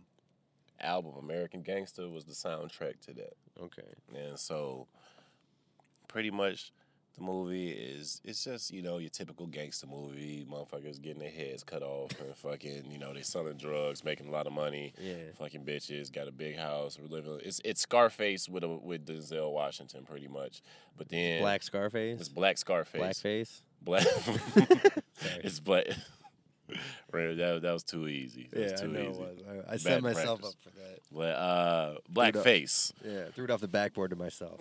C: album american gangster was the soundtrack to that
D: Okay.
C: And so pretty much the movie is it's just, you know, your typical gangster movie, motherfuckers getting their heads cut off and fucking, you know, they selling drugs, making a lot of money,
D: Yeah.
C: fucking bitches, got a big house, we're living it's it's Scarface with a with Denzel Washington pretty much. But then
D: Black Scarface.
C: it's black Scarface.
D: Blackface.
C: Black
D: Sorry.
C: It's black Right, that, that was too easy. That was too easy.
D: I, I
C: set Bad myself practice.
D: up for that.
C: But uh blackface.
D: Yeah. Threw it off the backboard to myself.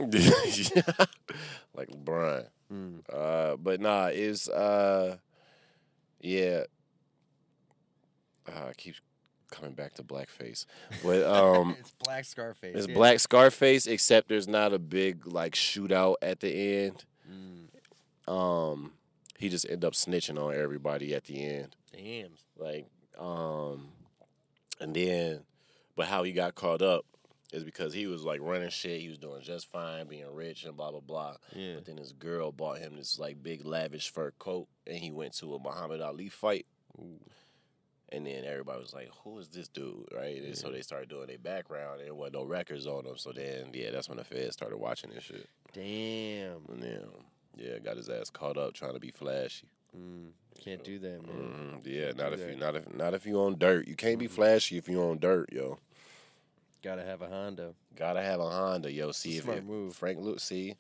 C: like LeBron.
D: Mm.
C: Uh, but nah, it's uh, yeah. Uh, it keeps coming back to blackface, but um,
D: it's Black Scarface.
C: it's
D: yeah.
C: black Scarface. Except there's not a big like shootout at the end.
D: Mm.
C: Um, he just end up snitching on everybody at the end.
D: Damn.
C: Like, um, and then, but how he got caught up is because he was like running shit. He was doing just fine, being rich and blah blah blah.
D: Yeah.
C: But then his girl bought him this like big lavish fur coat, and he went to a Muhammad Ali fight. And then everybody was like, "Who is this dude?" Right? And so they started doing their background, and there wasn't no records on him. So then, yeah, that's when the feds started watching this shit.
D: Damn.
C: And then, um, yeah, got his ass caught up trying to be flashy.
D: Mm. Can't do that, man.
C: hmm Yeah, not
D: do
C: if you
D: that.
C: not if not if you on dirt. You can't be flashy if you on dirt, yo.
D: Gotta have a Honda.
C: Gotta have a Honda, yo. See if
D: smart
C: if
D: move.
C: Frank Luke, see,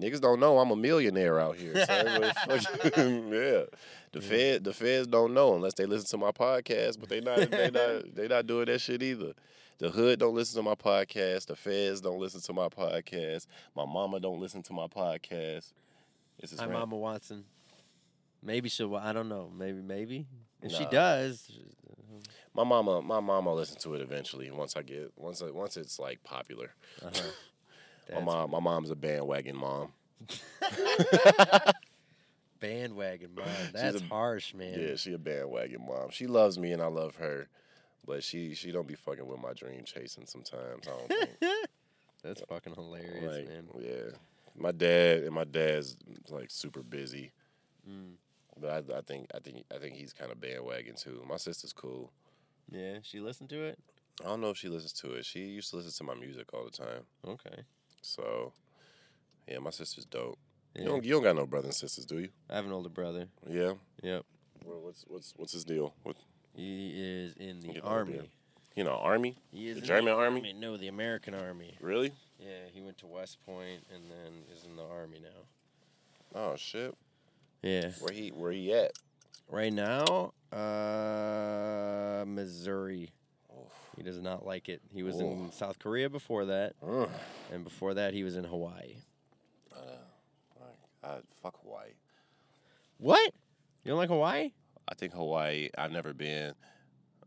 C: Niggas don't know I'm a millionaire out here. son. What the fuck- yeah, the fed the feds don't know unless they listen to my podcast, but they not they not they not doing that shit either. The hood don't listen to my podcast. The feds don't listen to my podcast. My mama don't listen to my podcast. It's just
D: Hi,
C: ran-
D: Mama Watson. Maybe she'll. wa- I don't know. Maybe, maybe. If she
C: Nah.
D: does,
C: my mama my mama will listen to it eventually once I get once I- once it's like popular.
D: uh-huh.
C: my
D: That's
C: mom my mom's a bandwagon mom.
D: bandwagon mom. That's
C: a-
D: harsh, man.
C: Yeah, she a bandwagon mom. She loves me and I love her, but she she don't be fucking with my dream chasing sometimes. I don't think.
D: That's fucking hilarious,
C: like,
D: man.
C: yeah, my dad and my dad's like super busy,
D: Mm.
C: but I, I think I think I think he's kind of bandwagon too. My sister's cool.
D: Yeah, she listened to it.
C: I don't know if she listens to it. She used to listen to my music all the time,
D: Okay.
C: so yeah, my sister's dope.
D: Yeah.
C: You don't you don't got no brothers and sisters, do you?
D: I have an older brother.
C: Yeah.
D: Yep.
C: Well, what's what's what's his deal? What,
D: He is in the
C: Get an
D: army.
C: idea. you know, army?
D: He is
C: The
D: in
C: German army?
D: No, the American army.
C: Really?
D: Yeah, he went to West Point and then is in the army now.
C: Oh shit.
D: Yeah.
C: Where he where he at?
D: Right now, uh, Missouri.
C: Oof.
D: He does not like it. He was
C: Oh.
D: in South Korea before that,
C: Ugh.
D: and before that, he was in Hawaii.
C: Uh, like, I, Uh, fuck Hawaii.
D: What? You don't like Hawaii?
C: I think Hawaii. I've never been,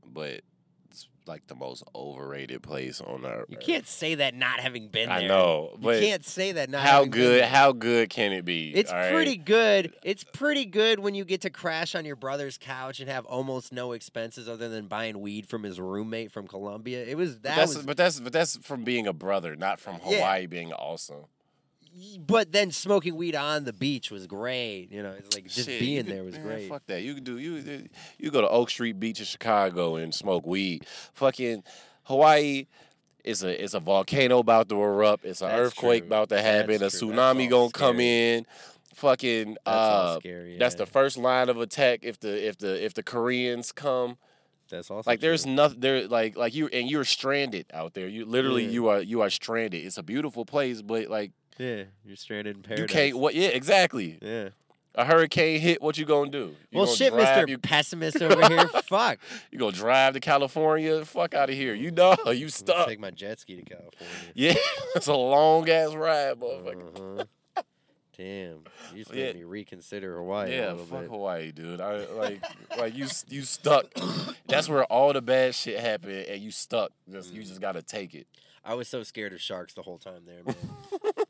C: but it's like the most overrated place on earth.
D: You can't say that not having been there.
C: I know,
D: You
C: but
D: can't say that not.
C: how
D: having been
C: good?
D: there.
C: How good can it be?
D: It's
C: all right?
D: pretty good. It's pretty good when you get to crash on your brother's couch and have almost no expenses other than buying weed from his roommate from Colombia. It was
C: But
D: that
C: that's,
D: was,
C: but that's but that's from being a brother, not from
D: Yeah.
C: Hawaii being awesome.
D: e, but then smoking weed on the beach was great. You know, it's like just
C: Shit, you
D: being
C: could-
D: there was
C: man,
D: great.
C: Fuck that. You could do you you go to Oak Street Beach in Chicago and smoke weed. Fucking Hawaii is a is a volcano about to erupt. It's an
D: That's
C: earthquake
D: true.
C: about to happen.
D: That's
C: a
D: true. That's
C: tsunami
D: all
C: gonna come
D: scary.
C: in. Fucking
D: That's all
C: uh,
D: scary.
C: that's
D: yeah.
C: the first line of attack if the if the if the Koreans come.
D: That's also
C: Like there's
D: true.
C: nothing there like like you and you're stranded out there. You literally
D: Yeah.
C: you are you are stranded. It's a beautiful place, but like
D: yeah, you're stranded in paradise.
C: you can't what yeah, exactly.
D: Yeah.
C: A hurricane hit, what you gonna do? You
D: well,
C: gonna
D: shit,
C: drive,
D: Mister
C: you-
D: Pessimist over here. Fuck.
C: You gonna drive to California? Fuck out of here. You know you
D: I'm gonna
C: stuck.
D: Take my jet ski to California.
C: Yeah, it's a long ass ride, motherfucker.
D: Uh-huh. Damn, you just
C: Oh Yeah.
D: made me reconsider Hawaii a
C: yeah,
D: little
C: fuck
D: bit.
C: Hawaii, dude. I like like you s- you stuck. That's where all the bad shit happened, and you stuck. Just you
D: Mm.
C: just gotta take it.
D: I was so scared of sharks the whole time there, man.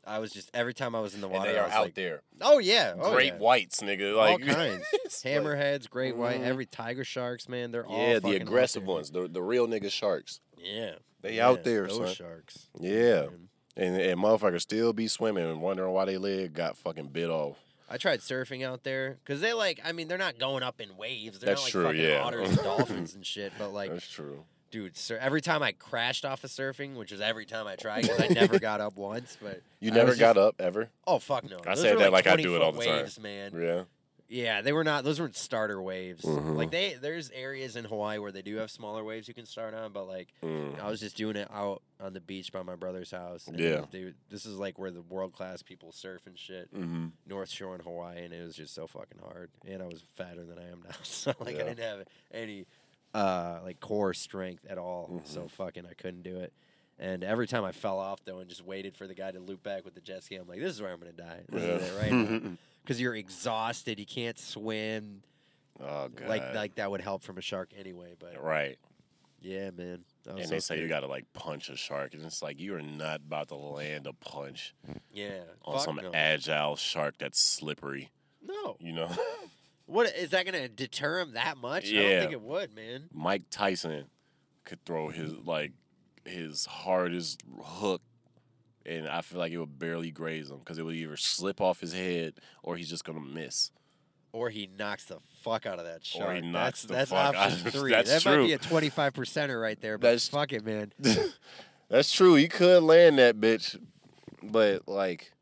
D: I was just every time I was in the
C: And
D: water,
C: they
D: I
C: are
D: was
C: out
D: like,
C: there.
D: Oh yeah, oh,
C: great
D: yeah.
C: whites, nigga.
D: All
C: Like
D: kinds.
C: it's like-
D: hammerheads, great white,
C: Mhm.
D: every tiger sharks, man. They're all
C: yeah, the
D: fucking out
C: aggressive
D: there.
C: ones, the the real nigga sharks.
D: Yeah,
C: They
D: yeah,
C: out there,
D: Those
C: son.
D: sharks.
C: Yeah,
D: man.
C: and and motherfuckers still be swimming and wondering why they leg got fucking bit off.
D: I tried surfing out there because they like. I mean, they're not going up in waves. They're
C: That's
D: not like
C: true,
D: fucking
C: yeah.
D: otters and dolphins and shit. But like,
C: That's true.
D: dude, sir, every time I crashed off of surfing, which was every time I tried, 'cause I never got up once. But
C: You
D: I
C: never
D: was
C: got
D: just-
C: up ever.
D: Oh fuck no!
C: I
D: Those
C: said
D: were,
C: that
D: like
C: like I do it
D: 20
C: all
D: foot
C: the time.
D: Waves, man.
C: Yeah.
D: Yeah, they were not. Those weren't starter waves.
C: Mhm.
D: Like they, there's areas in Hawaii where they do have smaller waves you can start on, but like
C: Mm.
D: I was just doing it out on the beach by my brother's house. and
C: Yeah.
D: they- this is like where the world class people surf and shit,
C: Mm-hmm.
D: North Shore in Hawaii, and it was just so fucking hard. And I was fatter than I am now, so like I
C: Yeah.
D: didn't have any uh like core strength at all.
C: Mm-hmm.
D: So fucking I couldn't do it. And every time I fell off though, and just waited for the guy to loop back with the jet ski, I'm like, this is where I'm gonna die. This is it right now. Because you're exhausted, you can't swim.
C: oh god.
D: Like like that would help from a shark anyway. But
C: right.
D: yeah, man. I was
C: And
D: so
C: they say you
D: scared.
C: gotta like punch a shark, and it's like you are not about to land a punch
D: yeah
C: on
D: fuck
C: some
D: no.
C: agile shark that's slippery.
D: No.
C: You know,
D: What is that going to deter him that much? I
C: Yeah.
D: don't think it would, man.
C: Mike Tyson could throw his like his hardest hook, and I feel like it would barely graze him because it would either slip off his head or he's just gonna miss.
D: Or he knocks the fuck out of that shark. that's,
C: knocks the
D: that's
C: fuck out
D: option
C: of-
D: three.
C: that's
D: that might
C: true.
D: be a twenty-five percenter right there. But
C: That's-
D: fuck it, man.
C: That's true. He could land that bitch, but like,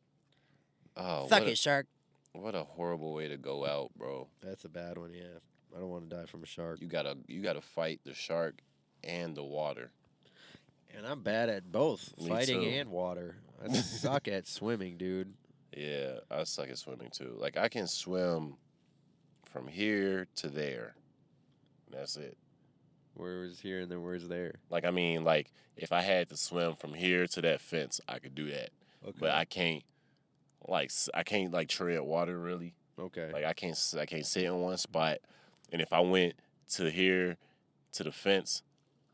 C: oh,
D: Suck
C: what a-
D: it, shark.
C: What a horrible way to go out, bro.
D: That's a bad one. Yeah, I don't want to die from a shark.
C: You gotta you gotta fight the shark and the water.
D: And I'm bad at both
C: Me
D: fighting
C: too.
D: and water. I suck at swimming, dude.
C: Yeah, I suck at swimming too. Like I can swim from here to there. and That's it.
D: Where was here and then where's there?
C: Like I mean, like if I had to swim from here to that fence, I could do that.
D: Okay.
C: But I can't. Like s- I can't like tread water really.
D: okay.
C: Like I can't s- I can't sit in one spot. And if I went to here to the fence,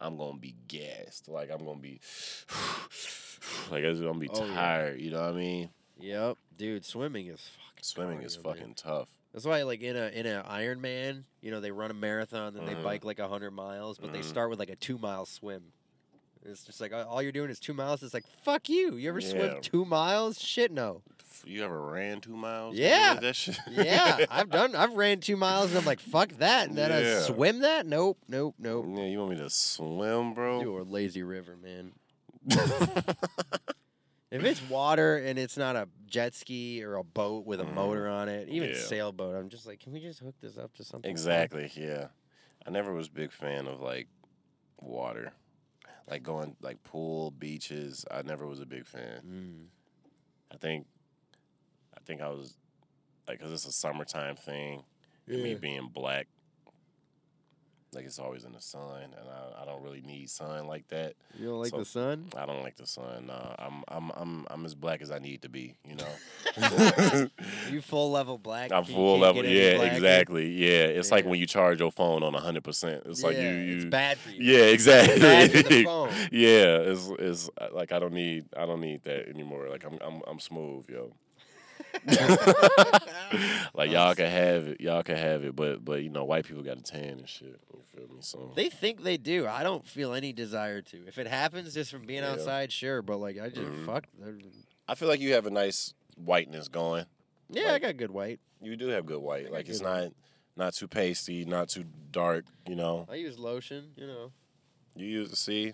C: I'm gonna be gassed. Like I'm gonna be like I'm gonna be
D: Oh, yeah.
C: tired. You know what I mean?
D: yep, dude. Swimming is fucking.
C: Swimming is
D: cardio, Oh, man.
C: fucking tough.
D: That's why, like in a in a Ironman, you know, they run a marathon, then
C: Mhm.
D: they bike like hundred miles, but they
C: Mhm.
D: start with like a two mile swim. It's just like all you're doing is two miles. It's like fuck you. You ever swim
C: Yeah.
D: two miles? Shit, no.
C: You ever ran two miles? when you
D: Yeah.
C: did That shit?
D: Yeah, I've done. I've ran two miles, and I'm like fuck that. And then
C: Yeah.
D: I swim that. Nope, nope, nope.
C: Yeah, you want me to swim, bro?
D: You are a lazy river, man. If it's water and it's not a jet ski or a boat with a
C: Mhm.
D: motor on it, even
C: Yeah.
D: sailboat, I'm just like, can we just hook this up to something? fun?"
C: exactly. Yeah. I never was a big fan of like water, like going like pool, beaches. I never was a big fan.
D: Mm.
C: I think, I think I was like, cause it's a summertime thing. and me
D: Yeah.
C: being black, like it's always in the sun, and I, I don't really need sun like that.
D: You don't like
C: So-
D: the sun?
C: I don't like the sun. Nah, I'm I'm I'm I'm as black as I need to be. You know.
D: You full level black.
C: I'm
D: you
C: full
D: can't
C: level.
D: get any
C: Yeah,
D: blacker.
C: exactly. Yeah, it's like
D: Yeah.
C: when you charge your phone on 100. percent It's like you,
D: Yeah,
C: you
D: It's bad for you.
C: Yeah,
D: It's bad for the
C: exactly.
D: phone.
C: yeah, it's it's uh, like I don't need I don't need that anymore. Like I'm I'm I'm smooth, yo. like y'all can have it, y'all can have it, but but you know white people got a tan and shit. You feel me? So
D: They think they do. I don't feel any desire to. If it happens just from being
C: Yeah.
D: outside, sure. But like, I just
C: Mhm.
D: fuck. they're-
C: I feel like you have a nice whiteness going.
D: Yeah, I
C: Like-
D: got good white.
C: You do have good white. Like it's
D: do.
C: not not too pasty, not too dark. You know.
D: I use lotion. You know.
C: You use see,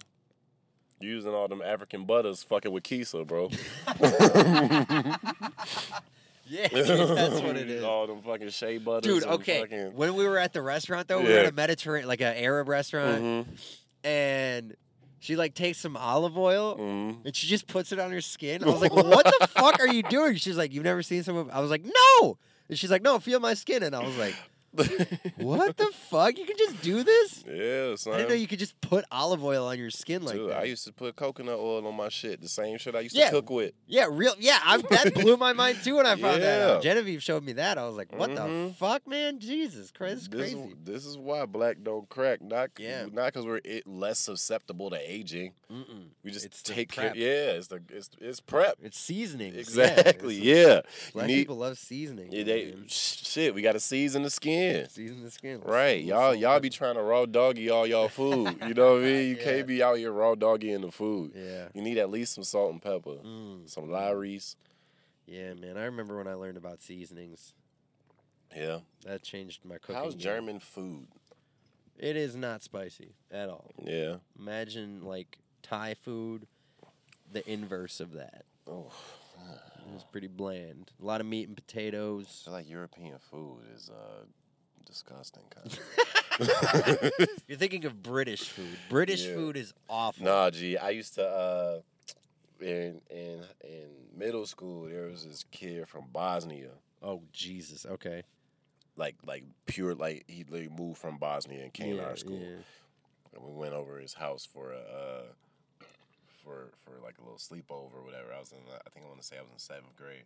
C: you using all them African butters, fucking with Kisa, bro.
D: Yeah, that's what it
C: You use
D: is.
C: All them fucking shea butters.
D: Dude,
C: and
D: okay.
C: fucking-
D: When we were at the restaurant though, we were
C: Yeah.
D: at a Mediterranean, like an Arab restaurant,
C: Mhm,
D: and she like takes some olive oil
C: mhm.
D: and she just puts it on her skin. I was like, "What the fuck are you doing?" She's like, "You've never seen someone." I was like, "No," and she's like, "No, feel my skin," and I was like, "What the fuck? You can just do this."
C: Mm-hmm. yeah, son.
D: I didn't know you could just put olive oil on your skin like
C: Dude,
D: that.
C: I used to put coconut oil on my shit. The same shit I used
D: Yeah.
C: to cook with.
D: yeah, real. Yeah, I, that blew my mind too when I found that out.
C: Yeah.
D: Genevieve showed me that. I was like, "What the
C: Mhm.
D: fuck, man? Jesus Christ,
C: This,
D: crazy."
C: is- this is why black don't crack. Not
D: Yeah.
C: not because we're it less susceptible to aging.
D: Mm-mm.
C: We just
D: It's the
C: take care.
D: prep.
C: Yeah, it's the it's it's prep.
D: It's seasonings. yeah, it's
C: Exactly.
D: the-
C: Yeah. You
D: Black
C: need-
D: people love seasoning.
C: Yeah, they
D: man.
C: sh- shit. We gotta season the skin.
D: season the skin. Let's-
C: Right,
D: let's
C: y'all,
D: salt
C: y'all
D: it.
C: be trying to raw doggy all y'all food. You know what I mean? You
D: Yeah.
C: can't be out here raw doggy in the food.
D: Yeah.
C: You need at least some salt and pepper,
D: Mm.
C: some Lowry's.
D: Yeah, man. I remember when I learned about seasonings.
C: Yeah.
D: That changed my cooking.
C: How's
D: game.
C: German food?
D: It is not spicy at all.
C: Yeah.
D: Imagine like Thai food, the inverse of that.
C: Oh,
D: It was pretty bland. A lot of meat and
C: I
D: potatoes.
C: feel like European food is uh, disgusting. Kind
D: You're thinking of British food. British
C: Yeah.
D: food is awful.
C: nah, G. I used to uh, in in in middle school there was this kid from Bosnia.
D: Oh Jesus. Okay.
C: Like like pure like he literally moved from Bosnia and came to
D: Yeah,
C: our school.
D: yeah.
C: and we went over his house for a uh, for for like a little sleepover or whatever. I was in the, I think I want to say I was in seventh grade,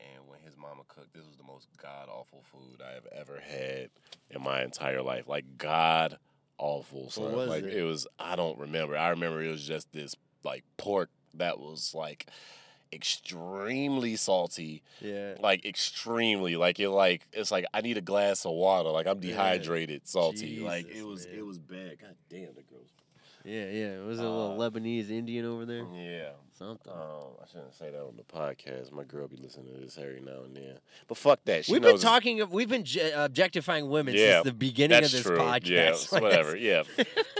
C: and when his mama cooked, this was the most god awful food I have ever had in my entire life. Like god awful. So
D: was
C: like
D: it?
C: it? was I don't remember. I remember it was just this like pork that was like extremely salty
D: Yeah.
C: like extremely like it like it's like I need a glass of water like I'm
D: Yeah.
C: dehydrated salty like
D: Jesus,
C: it was
D: man.
C: it was bad god damn the girls
D: Yeah. Yeah. Was it a little
C: Uh, mm.
D: Lebanese Indian over there?
C: yeah
D: Something.
C: um I shouldn't say that on the podcast my girl be listening to this every now and then but fuck that she
D: We've been
C: knows-
D: talking. of- We've been j- objectifying women
C: Yeah,
D: since the beginning
C: that's
D: of this
C: true
D: podcast.
C: yeah
D: Like, that's-
C: whatever yeah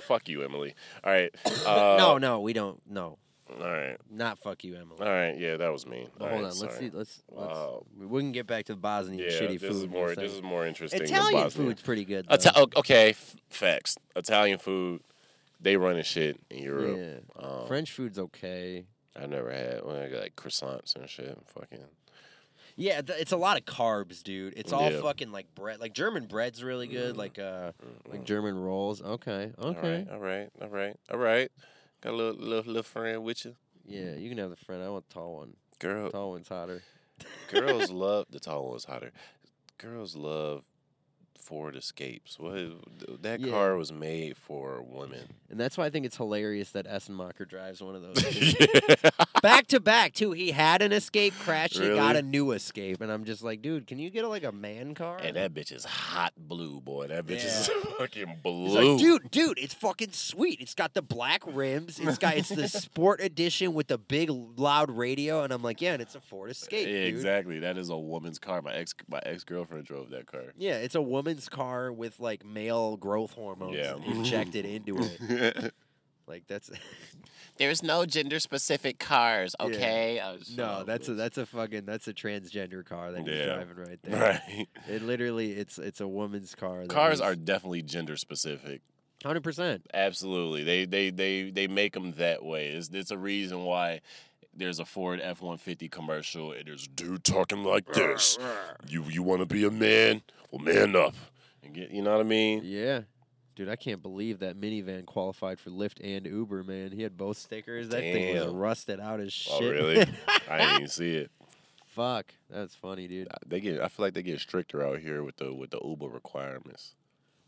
C: fuck you Emily all right uh,
D: no, no, we don't. No,
C: all right
D: not fuck you, Emily.
C: all right yeah that was mean
D: But
C: All
D: hold
C: right,
D: on. Let's
C: sorry.
D: see. Let's. let's
C: Wow.
D: we- We can get back to the Bosnian
C: yeah
D: shitty
C: this
D: food.
C: is
D: in a
C: more
D: second.
C: this is more interesting than
D: Italian
C: Bosnia.
D: food's pretty good. Though.
C: Ita- o- okay, f- facts. Italian food, they running shit in Europe.
D: Yeah.
C: Um,
D: French food's okay.
C: I never had. Well, I got like croissants and shit. Fucking
D: Yeah, th- it's a lot of carbs, dude. It's all
C: Yeah. Mm-hmm.
D: fucking like bread. Like German bread's really good. Like uh, like German rolls. Okay, okay.
C: All right, all right, all right, all right. Got a little little, little friend with you.
D: Yeah, you can have the friend. I want the tall one.
C: Girl,
D: Tall one's hotter.
C: girls love the tall one's hotter. Girls love Ford Escapes. What that
D: Mm. Yeah.
C: car was made for women.
D: And that's why I think it's hilarious that Essenmacher drives one of those. too.
C: yeah.
D: back to back, too. He had an escape crash and got
C: Really?
D: a new escape. And I'm just like, dude, can you get a, like a man car?
C: And that bitch is hot blue, boy. That bitch is fucking
D: He's
C: blue.
D: like, dude, dude, it's fucking sweet. It's got the black rims. It's got it's the sport edition with the big loud radio. And I'm like, yeah, and it's a Ford Escape.
C: Yeah,
D: dude.
C: exactly. That is a woman's car. My ex my ex girlfriend drove that car.
D: Yeah, it's a woman's car with like male growth hormones
C: Yeah.
D: injected into it. Like that's
C: There's no gender specific cars, Oh,
D: Yeah. okay? no,
C: up,
D: that's a that's a fucking that's a transgender car that he's
C: Yeah.
D: driving right there.
C: Right.
D: It literally it's it's a woman's car. that
C: Cars
D: he's-
C: are definitely gender specific.
D: hundred percent.
C: Absolutely. They they they they make them that way. It's, it's a reason why there's a Ford F-150 commercial and there's a dude talking like this. You you want to be a man? Well, man up. And get, you know what I mean?
D: Yeah. Dude, I can't believe that minivan qualified for Lyft and Uber, man. He had both stickers. That thing was
C: Damn.
D: rusted out as shit.
C: Oh, really? I didn't even see it.
D: Fuck. That's funny, dude.
C: They get I feel like they get stricter out here with the with the Uber requirements.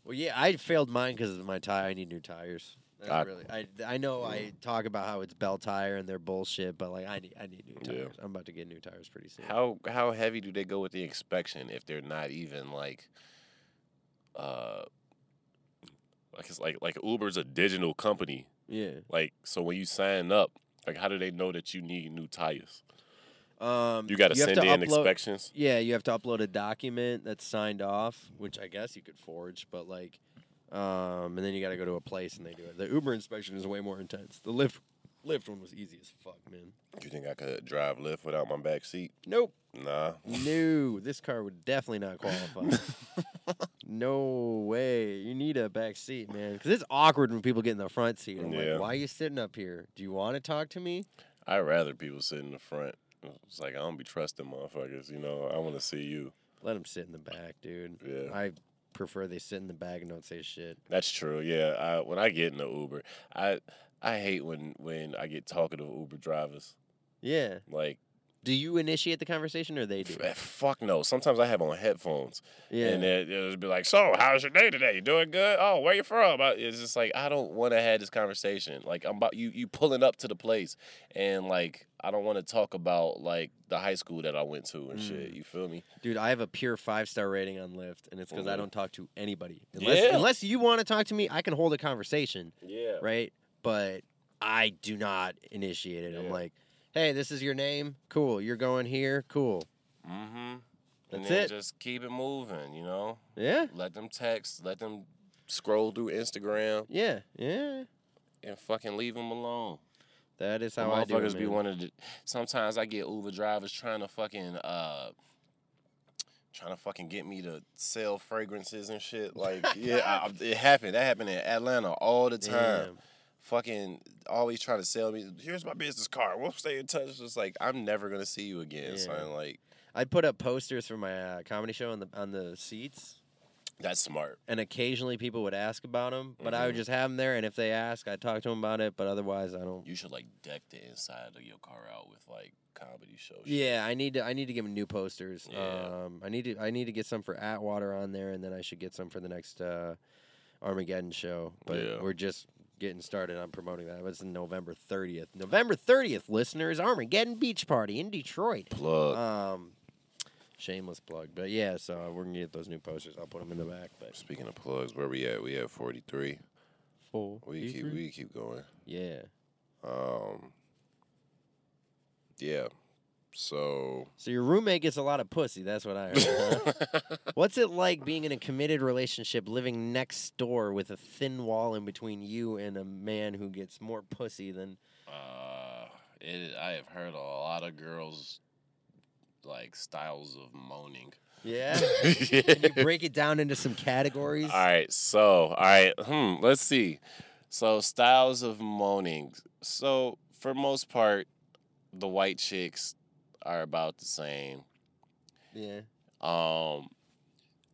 D: Well, yeah, I failed mine because of my tire. I need new tires. That's
C: I-
D: really. I I know I talk about how it's Bell Tire and they're bullshit, but like I need I need new
C: Yeah.
D: tires. I'm about to get new tires pretty soon.
C: How how heavy do they go with the inspection if they're not even like uh like it's like like Uber's a digital company.
D: Yeah.
C: Like so when you sign up, like how do they know that you need new tires?
D: Um.
C: Mm, You got to
D: have
C: send in
D: upload-
C: inspections.
D: Yeah, you have to upload a document that's signed off, which I guess you could forge, but like, um, and then you got to go to a place and they do it. The Uber inspection is way more intense. The Lyft, Lyft one was easy as fuck, man.
C: You think I could drive Lyft without my back seat?
D: Nope,
C: Nah.
D: no, this car would definitely not qualify. no way. You need a back seat, man, because it's awkward when people get in the front seat. I'm
C: Yeah.
D: like, why are you sitting up here? Do you want to talk to me?
C: I'd rather people sit in the front. It's like I don't be trusting motherfuckers, you know. I want to see you.
D: Let them sit in the back, dude.
C: Yeah.
D: I prefer they sit in the back and don't say shit.
C: That's true. Yeah, I, when I get in the Uber, I I hate when when I get talkative Uber drivers.
D: Yeah.
C: Like,
D: Do you initiate the conversation or they do?
C: f- eh, fuck no. Sometimes I have on headphones,
D: Yeah.
C: and it, it'll be like, "So, how's your day today? You doing good? Oh, where you from?" I, it's just like I don't want to have this conversation. Like, I'm about you you pulling up to the place, and like I don't want to talk about like the high school that I went to
D: Mm.
C: and shit. You feel me?
D: Dude, I have a pure five star rating on Lyft, and it's because I
C: Mhm.
D: don't talk to anybody. Unless,
C: Yeah.
D: unless you want to talk to me, I can hold a conversation,
C: Yeah.
D: right? But I do not initiate it. I'm
C: Yeah.
D: like, hey, this is your name. Cool. You're going here. Cool.
C: Mm-hmm. and
D: That's
C: then
D: it.
C: Just keep it moving. You know.
D: Yeah.
C: Let them text. Let them scroll through Instagram
D: Yeah. Yeah.
C: and fucking leave them alone.
D: That is
C: Them
D: how I do it.
C: motherfuckers be
D: man.
C: wanting to. Sometimes I get Uber drivers trying to fucking uh, trying to fucking get me to sell fragrances and shit. Like yeah, I, I- it happened. That happened in Atlanta all the time.
D: Damn.
C: Fucking always trying to sell me. Here's my business card. We'll stay in touch. It's just like I'm never gonna see you again.
D: Yeah.
C: Son. Like
D: I put up posters for my uh, comedy show on the on the seats,
C: that's smart.
D: and occasionally people would ask about them, but
C: Mm-hmm.
D: I would just have them there, and if they ask, I talk to them about it. But otherwise, I don't.
C: You should like deck the inside of your car out with like comedy show. shit.
D: Yeah, I need to. I need to give him new posters.
C: Yeah.
D: Um, I need to. I need to get some for Atwater on there, and then I should get some for the next uh, Armageddon show. But
C: Yeah.
D: we're just getting started on promoting that. It's November thirtieth. November thirtieth, listeners, Armageddon Beach Party in Detroit.
C: Plug.
D: Um, shameless plug, but yeah. So we're gonna get those new posters. I'll put them in the back. But
C: Speaking of plugs, where we at? We at forty three.
D: four.
C: We keep we keep going.
D: Yeah.
C: Um. Yeah. So
D: So your roommate gets a lot of pussy. That's what I heard. huh? What's it like being in a committed relationship, living next door with a thin wall in between you and a man who gets more pussy than?
C: uh, it, I have heard a lot of girls like styles of moaning.
D: Yeah. Can you break it down into some categories?
C: All right, so all right, hmm, let's see. So styles of moaning. So for most part, the white chicks are about the same.
D: Yeah.
C: Um,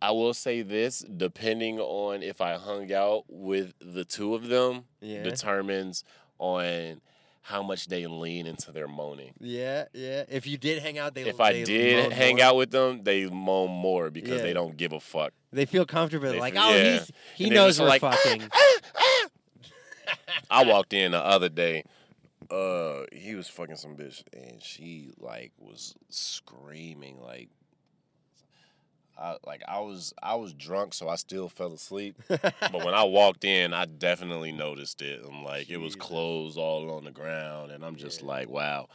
C: I will say this: depending on if I hung out with the two of them,
D: Yeah.
C: determines on how much they lean into their moaning.
D: Yeah, yeah. If you did hang out, they
C: if I
D: they
C: did
D: moan
C: hang
D: more.
C: out with them, they moan more because
D: Yeah.
C: they don't give a fuck.
D: they feel comfortable.
C: They
D: like,
C: feel-
D: oh,
C: yeah.
D: he's, he
C: And they're
D: knows
C: just
D: we're
C: like,
D: fucking.
C: I walked in the other day. Uh, he was fucking some bitch, and she like was screaming like, I like I was I was drunk, so I still fell asleep. but when I walked in, I definitely noticed it. I'm like, it was
D: Jesus.
C: clothes all on the ground, and I'm just
D: Yeah.
C: like, wow.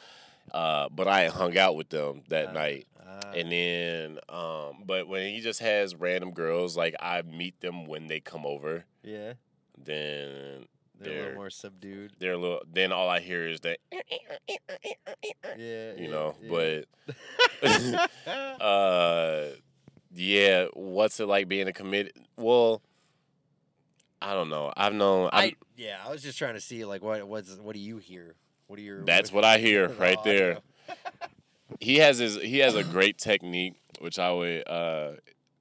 C: Uh, but I had hung out with them that
D: Ah,
C: night,
D: ah,
C: and then, um, but when he just has random girls, like I meet them when they come over,
D: yeah,
C: then
D: they're a
C: they're-
D: little more subdued.
C: they're a little. Then all I hear is that
D: Yeah,
C: you
D: yeah,
C: know,
D: yeah.
C: but uh, yeah, what's it like being a committed? Well, I don't know. I've known.
D: I
C: i
D: yeah, I was just trying to see like what what's what do you hear? What are your
C: That's
D: if-
C: what I hear right
D: Oh,
C: there. he has his he has a great technique which i would uh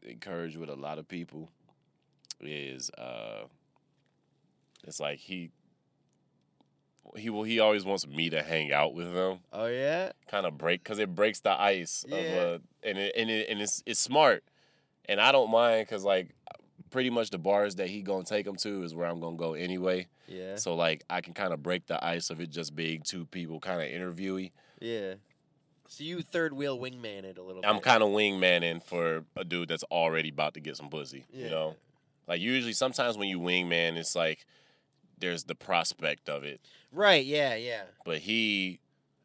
C: encourage with a lot of people is uh it's like he he will he always wants me to hang out with him
D: Oh yeah,
C: kind of break because it breaks the ice
D: Yeah.
C: of a and it, and it and it's it's smart and i don't mind because like pretty much the bars that he gonna take him to is where i'm gonna go anyway
D: yeah,
C: so like i can kind of break the ice of it just being two people kind of interviewee
D: yeah. So you third wheel wingman it a little.
C: I'm
D: bit.
C: kind of wingmanning for a dude that's already about to get some pussy.
D: Yeah.
C: You know, like usually sometimes when you wingman, it's like there's the prospect of it,
D: right. Yeah, yeah.
C: but he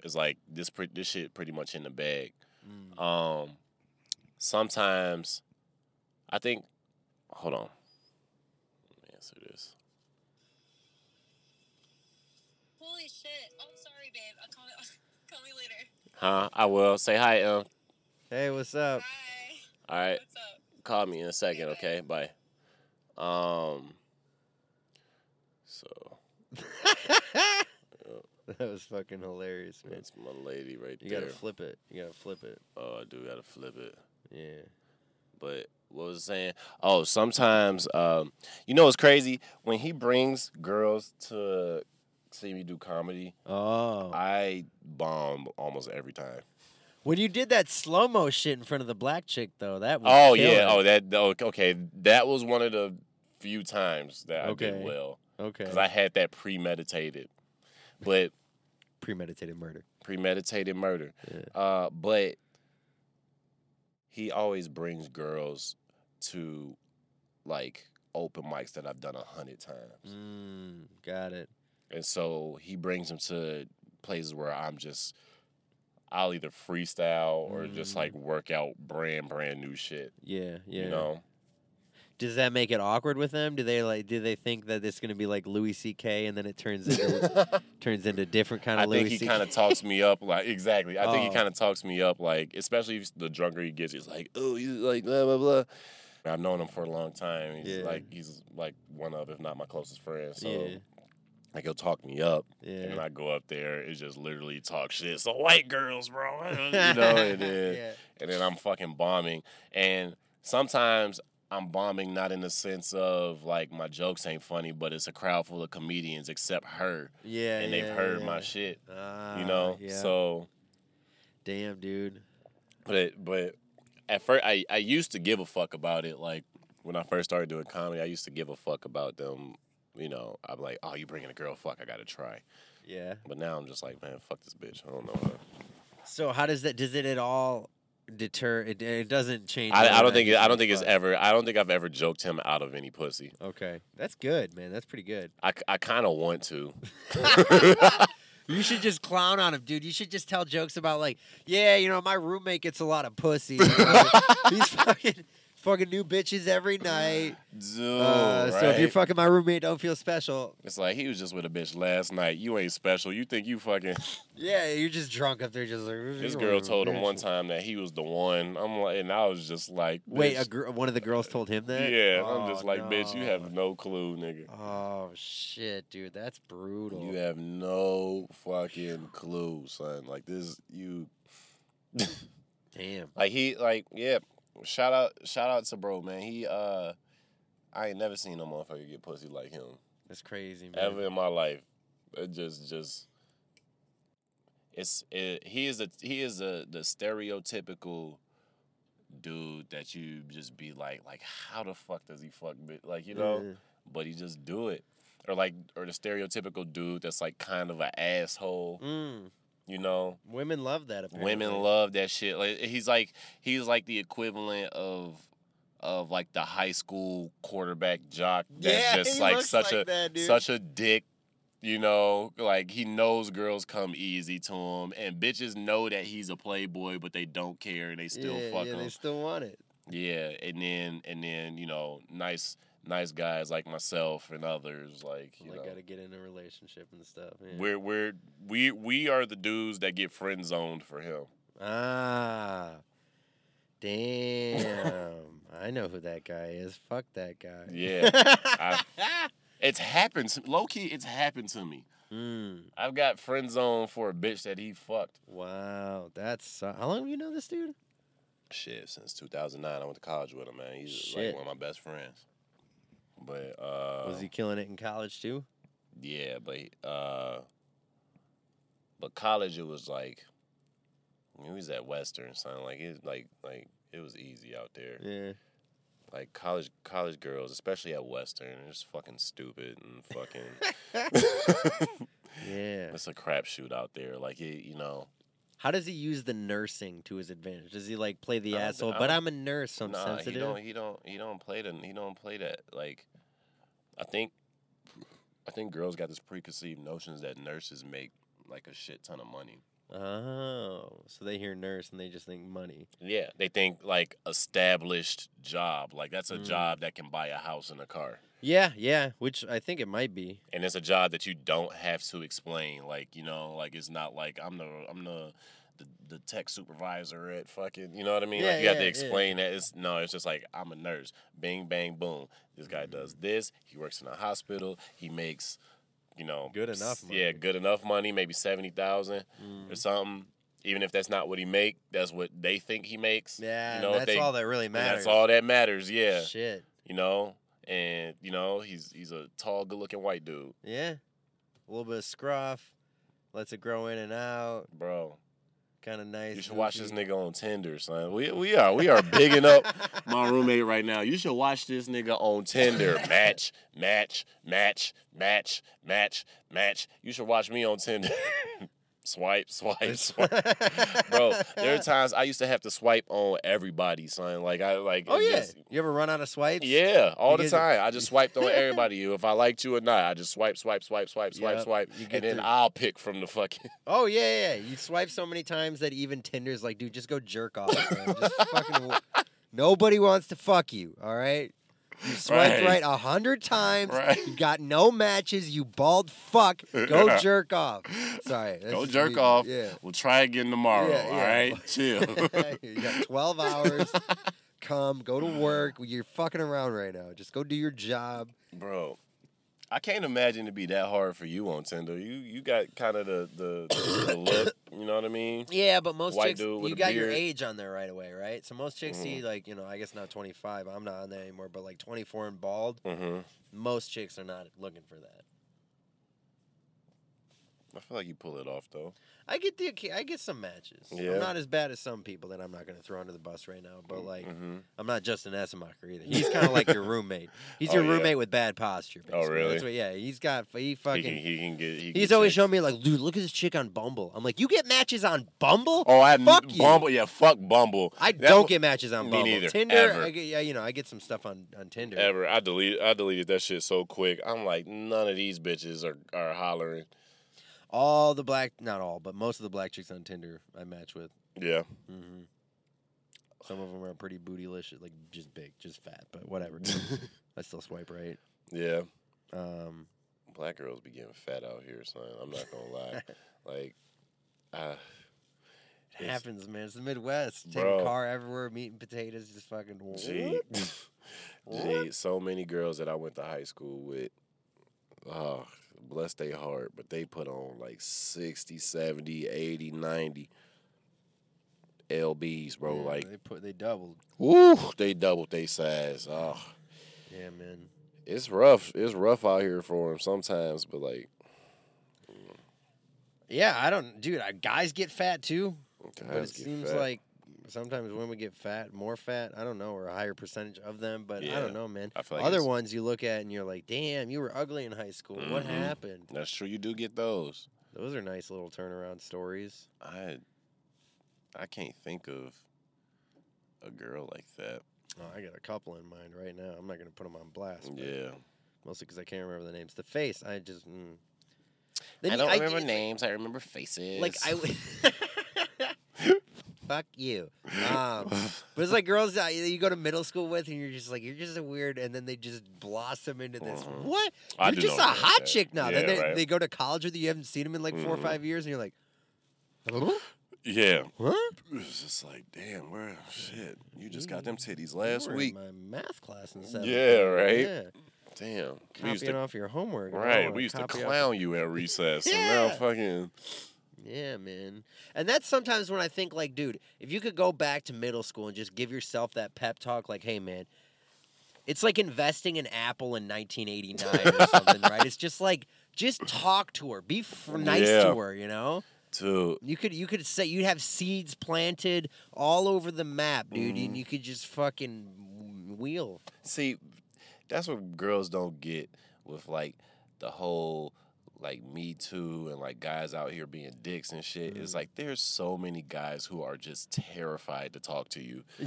C: is like this. Pre- this shit pretty much in the bag.
D: Mm.
C: Um, sometimes I think. Hold on. Let me answer this.
E: Holy shit. Oh, sorry, babe. I'll call, call me later.
C: Huh? I will say hi, um.
D: Hey, what's up?
E: Bye.
C: All right.
E: What's up?
C: call me in a second, okay?
E: Okay,
C: Bye. Um. So
D: that was fucking hilarious, man.
C: that's my lady right
D: You
C: there.
D: gotta flip it. You gotta flip it.
C: oh, I do gotta flip it.
D: Yeah.
C: But what was I saying? Oh, sometimes, um, you know, it's crazy when he brings girls to see me do comedy.
D: Oh.
C: I bomb almost every time.
D: When you did that slow mo shit in front of the black chick, though, that was
C: Oh
D: killer.
C: yeah. Oh that. oh, Okay. That was one of the few times that I
D: Okay.
C: did well
D: okay.
C: Oh, because I had that premeditated. But
D: Premeditated murder.
C: premeditated murder. Uh, but he always brings girls to like open mics that I've done a hundred times,
D: Mm, got it.
C: and so he brings them to places where I'm just. I'll either freestyle or just
D: Mm.
C: like work out brand brand new shit.
D: Yeah, yeah.
C: You know,
D: Does that make it awkward with them? Do they like? Do they think that it's gonna be like Louis C.K. and then it turns into turns into different kind
C: I
D: of Louis
C: think he
D: C.K.
C: kind of talks me up like exactly. I think
D: Oh.
C: he kind of talks me up like, especially if the drunker he gets, he's like, oh, you like blah blah blah. And I've known him for a long time. He's
D: Yeah.
C: like he's like one of, if not my closest friend. So
D: yeah,
C: like he'll talk me up, and
D: yeah.
C: then I go up there. It's just literally talk shit. So white girls, bro, you know, and then
D: yeah.
C: and then I'm fucking bombing. And sometimes I'm bombing not in the sense of like my jokes ain't funny, but it's a crowd full of comedians except her,
D: Yeah,
C: and
D: yeah,
C: they've heard
D: yeah.
C: my shit
D: Ah,
C: you know
D: yeah.
C: so
D: damn, dude.
C: but it, but at first I, I used to give a fuck about it like when i first started doing comedy i used to give a fuck about them you know i'm like oh you bringing a girl fuck i gotta try
D: Yeah.
C: but now i'm just like man fuck this bitch i don't know her.
D: So how does that? Does it at all deter? It, it doesn't change.
C: I,
D: whether or
C: I don't
D: not
C: think
D: you
C: it, i
D: say
C: don't think it's
D: fuck.
C: ever i don't think i've ever joked him out of any pussy
D: Okay, that's good, man. That's pretty good.
C: i, I kind of want to
D: You should just clown on him, dude. You should just tell jokes about like, yeah, you know, my roommate gets a lot of pussy. You know? He's fucking fucking new bitches every night.
C: Dude,
D: Uh, So if you're
C: Oh, right?
D: fucking my roommate, don't feel special.
C: it's like he was just with a bitch last night you ain't special you think you fucking
D: Yeah, you're just drunk up there, just like.
C: this girl told him one time that he was the one i'm like and i was just like
D: Wait,
C: bitch,
D: a gr- one of the girls told him that.
C: Yeah,
D: oh,
C: I'm just like, bitch, you have
D: no.
C: no clue, nigga.
D: Oh shit, dude, that's brutal.
C: You have no fucking clue, son. Like this, you.
D: Damn.
C: Like he like yeah. Shout out shout out to bro man. He uh I ain't never seen no motherfucker get pussy like him
D: That's crazy, man.
C: ever in my life. It just just it's it, he is a he is a the stereotypical dude that you just be like like how the fuck does he fuck bi-" like you know
D: Yeah.
C: but he just do it or like or the stereotypical dude that's like kind of an asshole
D: Mm,
C: you know
D: women love that. Apparently.
C: Women love that shit. Like he's like he's like the equivalent of of like the high school quarterback jock that's
D: Yeah,
C: just
D: he
C: like
D: looks
C: such
D: like
C: a
D: that, dude.
C: such a dick, you know, like he knows girls come easy to him and bitches know that he's a playboy but they don't care and they still
D: yeah,
C: fuck
D: yeah,
C: him.
D: They still want it.
C: Yeah, and then and then, you know, nice nice guys like myself and others like you
D: Like,
C: know.
D: gotta get in a relationship and stuff. yeah.
C: We're we're we we are the dudes that get friend zoned for him.
D: Ah, damn! I know who that guy is. Fuck that guy.
C: Yeah. I- It's happened. To, low key, it's happened to me.
D: mm,
C: I've got friend zone for a bitch that he fucked.
D: wow, that's so- how long have you know this dude?
C: Shit, since 2009, I went to college with him, man. He's
D: Shit.
C: like one of my best friends. But uh,
D: Was he killing it in college too?
C: Yeah, but uh, but college it was like he was at Western, son. Like it, like like it was easy out there.
D: Yeah.
C: Like college college girls, especially at Western, are just fucking stupid and fucking.
D: Yeah.
C: it's a crapshoot out there. Like it, you know.
D: How does he use the nursing to his advantage? Does he like play the
C: I don't thi-
D: asshole?
C: I
D: But
C: don't-
D: I'm a nurse, so I'm
C: nah,
D: sensitive.
C: he don't. He don't. He don't play the. He don't play that. Like, I think, I think girls got this preconceived notions that nurses make like a shit ton of money.
D: Oh, so they hear nurse and they just think money.
C: Yeah, they think like established job. Like that's a
D: Mm.
C: job that can buy a house and a car,
D: Yeah, yeah, which I think it might be.
C: and it's a job that you don't have to explain. Like you know, like it's not like I'm the I'm the the, the tech supervisor at fucking you know what I mean?
D: Yeah,
C: like you have
D: yeah,
C: to
D: yeah.
C: explain that it's no, it's just like I'm a nurse. Bing bang boom. This guy does
D: Mm-hmm.
C: this, he works in a hospital, he makes, you know
D: Good enough
C: s- Yeah,
D: money. Mm-hmm.
C: good enough money, maybe seventy thousand or something. Even if that's not what he make, that's what they think he makes.
D: Yeah, and
C: you know, if
D: that's
C: they-
D: all that really
C: and that's
D: matters.
C: all that matters, yeah.
D: Shit.
C: You know? And you know, he's he's a tall, good looking white dude.
D: Yeah. A little bit of scruff. Lets it grow in and out.
C: Bro.
D: Kind of nice.
C: You should watch this
D: goofy.
C: nigga on Tinder, son. We we are we are bigging up my roommate right now. You should watch this nigga on Tinder. Match, match, match, match, match, match. You should watch me on Tinder. swipe, swipe,
D: Oh,
C: swipe. Bro, there are times I used to have to swipe on everybody, son. Like I like
D: Oh
C: it
D: yeah.
C: just-
D: You ever run out of swipes?
C: yeah, all
D: you
C: the
D: get to-
C: time. I just swiped on everybody. You, If I liked you or not, I just swipe, swipe, swipe, swipe, swipe,
D: Yep,
C: swipe,
D: you get
C: and then
D: to-
C: I'll pick from the fucking.
D: Oh yeah, yeah. You swipe so many times that even Tinder's like, dude, just go jerk off. Man. Just fucking. wa- Nobody wants to fuck you. All right. You swiped
C: Right.
D: right a hundred times.
C: Right.
D: You got no matches. You bald fuck. Go
C: Yeah.
D: jerk off. Sorry. that's
C: Go
D: just
C: jerk
D: me.
C: off.
D: Yeah.
C: We'll try again tomorrow.
D: Yeah, yeah.
C: All right, chill.
D: you got 12 hours. Come, go to work. You're fucking around right now. Just go do your job.
C: Bro, I can't imagine it be that hard for you on Tinder. You you got kind of the the, the look. You know what I mean?
D: Yeah, but most
C: White
D: chicks,
C: dude with
D: you
C: a
D: got your
C: beard.
D: age on there right away, right? So most chicks
C: Mhm.
D: see like, you know, I guess not 25. I'm not on there anymore, but like 24 and bald.
C: Mm-hmm.
D: Most chicks are not looking for that.
C: I feel like you pull it off though.
D: I get the occa- I get some matches.
C: Yeah.
D: I'm not as bad as some people that I'm not going to throw under the bus right now, but like
C: mm-hmm.
D: I'm not Justin Essenmacher either. He's kind of like your roommate. He's
C: Oh,
D: your
C: yeah.
D: roommate with bad posture.
C: Oh,
D: Basically.
C: really?
D: That's what, yeah, he's got he
C: he
D: fucking
C: can he can get. He
D: He's
C: can
D: always
C: check.
D: showing me like, dude, look at this chick on Bumble. I'm like, you get matches on Bumble?
C: Oh, I
D: Fuck you.
C: Bumble. Yeah, fuck Bumble.
D: I
C: That's
D: don't
C: what-
D: get matches on
C: Me
D: Bumble.
C: neither,
D: Tinder,
C: ever.
D: I get, yeah, you know, I get some stuff on on Tinder.
C: ever. I delete I deleted that shit so quick. I'm like, none of these bitches are, are hollering.
D: All the black, not all, but most of the black chicks on Tinder I match with.
C: Yeah.
D: hmm Some of them are pretty bootylicious, like just big, just fat, but whatever. I still swipe right.
C: Yeah.
D: Um,
C: Black girls be getting fat out here, son. I'm not gonna lie. Like uh
D: it
C: It's-
D: happens, man. It's the Midwest. Take a
C: Bro.
D: car everywhere, meat and potatoes, just fucking.
C: gee, gee, so many girls that I went to high school with, oh, bless their heart, but they put on like 60, 70, 80, 90. lbs, bro.
D: Yeah,
C: Like,
D: they put they doubled.
C: woo, they doubled their size. Oh,
D: Yeah, man.
C: it's rough. It's rough out here for them sometimes, but like,
D: Yeah, I don't, dude. I, guys get fat too, but it
C: guys get
D: seems
C: fat.
D: like sometimes women get fat, more fat. I don't know, or a higher percentage of them. But I
C: Yeah,
D: don't know, man.
C: I feel like
D: Other
C: it's-
D: ones you look at and you're like, damn, you were ugly in high school. What
C: Mhm.
D: happened?
C: that's true. You do get those.
D: Those are nice little turnaround stories.
C: I I can't think of a girl like that.
D: Oh, I got a couple in mind right now. I'm not gonna put them on blast. but-
C: Yeah.
D: mostly because I can't remember the names. The face, I just. Mm.
C: I
D: you-
C: don't
D: did-
C: remember names. I remember faces.
D: Like I. w- Fuck you. Um, but it's like girls that you go to middle school with, and you're just like, you're just a weird, and then they just blossom into this.
C: Mhm.
D: What?
C: I
D: you're
C: do
D: just a
C: know girls
D: hot
C: that-
D: chick now. then
C: yeah,
D: they,
C: right.
D: they go to college with you, you haven't seen them in like four or
C: Mhm.
D: five years, and you're like, huh?
C: yeah.
D: Huh?
C: It's just like, damn, where shit. You just got
D: Mm.
C: them titties
D: You
C: last
D: were in
C: week.
D: my math class and stuff.
C: Yeah, right?
D: Yeah.
C: Damn. We
D: Copying
C: used to,
D: off your homework. and all,
C: right.
D: and
C: We used to
D: copy off-
C: clown you at recess. And now
D: Yeah.
C: fucking
D: Yeah, man. And that's sometimes when I think, like, dude, if you could go back to middle school and just give yourself that pep talk, like, hey, man, it's like investing in Apple in 1989 or something, right? It's just like, just talk to her, be f- nice
C: Yeah.
D: to her, you know.
C: dude.
D: You could, you could say you'd have seeds planted all over the map, dude, and you could just fucking w- wheel.
C: See, that's what girls don't get with like the whole like Me Too and like guys out here being dicks and shit.
D: Mm.
C: It's like there's so many guys who are just terrified to talk to you.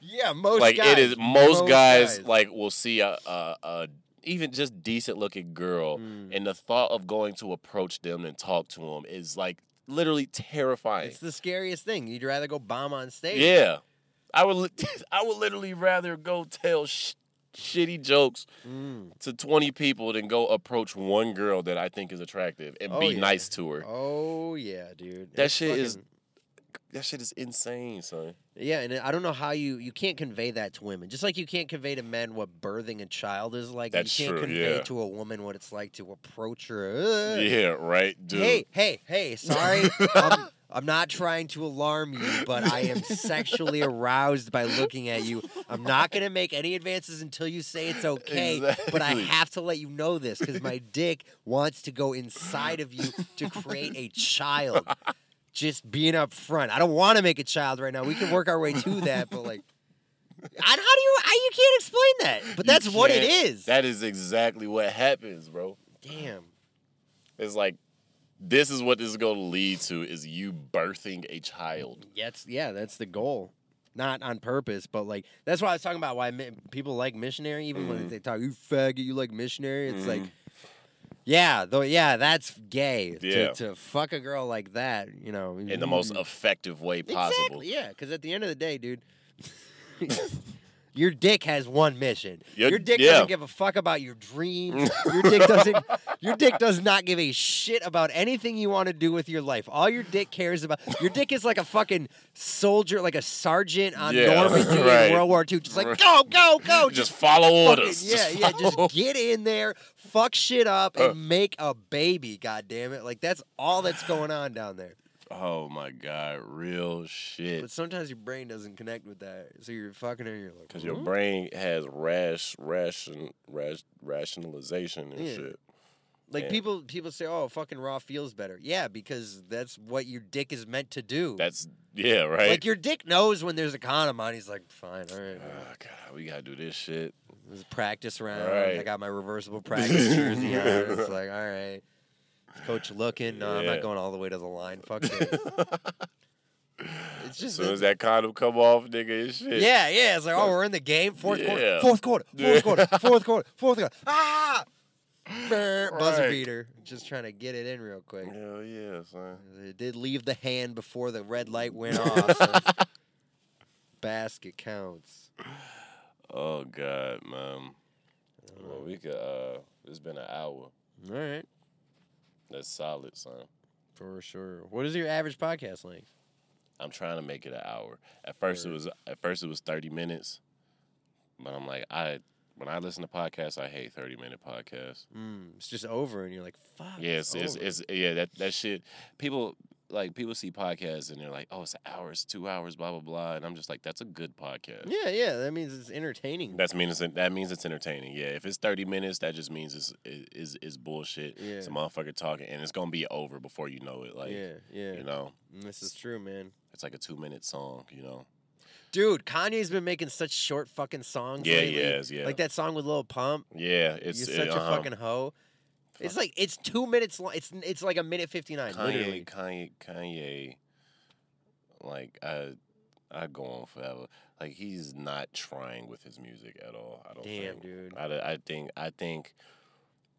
D: Yeah, most
C: like
D: guys,
C: it is most, guys,
D: guys.
C: like will see a, a, a even just decent looking girl
D: Mm.
C: and the thought of going to approach them and talk to them is like literally terrifying.
D: It's the scariest thing. You'd rather go bomb on stage.
C: Yeah. I would li- I would literally rather go tell sh- shitty jokes
D: Mm.
C: to 20 people than go approach one girl that I think is attractive and
D: Oh,
C: be
D: yeah.
C: nice to her.
D: Oh yeah, dude.
C: That
D: It's
C: shit is-
D: fucking-
C: That shit is insane, son.
D: Yeah, and I don't know how you you can't convey that to women. Just like you can't convey to men what birthing a child is like.
C: That's
D: you can't
C: true,
D: convey
C: yeah.
D: to a woman what it's like to approach her. "Uh,
C: Yeah, right, dude.
D: Hey, hey, hey! Sorry, I'm, I'm not trying to alarm you, but I am sexually aroused by looking at you. I'm not gonna make any advances until you say it's okay. But I
C: Exactly.
D: have to let you know this because my dick wants to go inside of you to create a child. Just being up front. I don't want to make a child right now. We can work our way to that, but like, I, how do you? I, you can't explain that. But
C: You
D: that's what it
C: can't-
D: is.
C: That is exactly what happens, bro.
D: Damn.
C: It's like this is what this is going to lead to is you birthing a child.
D: That's yeah, that's the goal. Not on purpose, but like that's why I was talking about why mi- people like missionary. Even
C: Mm-hmm.
D: when they talk, you faggot, you like missionary. It's like, yeah, though, yeah, that's gay. to-
C: Mm-hmm. Yeah.
D: To, fuck a girl like that, you know,
C: In the most
D: mm.
C: effective way possible.
D: Exactly, yeah, because at the end of the day, dude. Your dick has one mission.
C: Your-
D: Your, dick
C: yeah.
D: doesn't give a fuck about your dreams. Your dick doesn't. Your dick does not give a shit about anything you want to do with your life. All your dick cares about. Your dick is like a fucking soldier, like a sergeant on
C: Yeah,
D: Normandy
C: right.
D: in World War II. Just like
C: Right.
D: go, go, go.
C: Just follow
D: fucking-
C: orders.
D: yeah,
C: Just
D: yeah. Just
C: follow-
D: get in there, fuck shit up,
C: Uh.
D: and make a baby. God damn it! Like that's all that's going on down there.
C: Oh my god, real shit.
D: But sometimes your brain doesn't connect with that, so you're fucking her and you're like,
C: Because your
D: "Huh?"
C: brain has rash, ration, rash, rationalization and
D: Yeah.
C: shit.
D: like
C: yeah.
D: people people say, oh, fucking raw feels better. Yeah, because that's what your dick is meant to do.
C: That's yeah, right.
D: Like your dick knows when there's a condom on. He's like, fine, all right, all right.
C: oh, God, we gotta do this shit.
D: This is practice round. I
C: Right.
D: got my reversible practice jersey on. It's like, all right. Is Coach looking? No, I'm
C: Yeah.
D: not going all the way to the line. Fuck it. It's
C: As
D: just
C: soon
D: that-
C: as that condom come off, nigga, it's shit.
D: Yeah, yeah. It's like, oh, we're in the game. Fourth
C: Yeah.
D: quarter. Fourth quarter.
C: Yeah.
D: Fourth quarter. Fourth quarter. Fourth quarter. Ah! Brr, Buzzer
C: Right.
D: beater. Just trying to get it in real quick.
C: Hell yeah, son.
D: They did leave the hand before the red light went off. so basket counts.
C: Oh God, man. Well, we could. uh It's been an hour.
D: All right.
C: That's solid, son.
D: For sure. What is your average podcast length?
C: I'm trying to make it an hour. At first, it
D: Word.
C: was at first it was 30 minutes, but I'm like, I when I listen to podcasts, I hate 30 minute podcasts.
D: Mm, it's just Hmm, over, and you're like, fuck.
C: Yeah, it's, it's,
D: over.
C: it's yeah that that shit. People like people see podcasts and they're like, oh, it's an hour, it's two hours, blah blah blah, and I'm just like, that's a good podcast.
D: Yeah, yeah. That means it's entertaining.
C: That's means that means it's entertaining. Yeah, if it's thirty minutes, that just means it's is is bullshit. It's a
D: Yeah.
C: motherfucker talking, and it's gonna be over before you know it. Like,
D: yeah, yeah.
C: you know,
D: And This is true, man.
C: it's like a two minute song. You know,
D: Dude, Kanye's been making such short fucking songs.
C: Yeah,
D: lately.
C: he has, yeah.
D: Like that song with Lil Pump.
C: yeah, it's
D: You're such
C: uh,
D: a fucking hoe. It's like it's two minutes long. It's it's like a minute fifty nine.
C: Kanye,
D: Literally.
C: Kanye, Kanye. Like I, I go on forever. Like he's not trying with his music at all. I don't
D: Damn,
C: think.
D: dude.
C: I, I think I think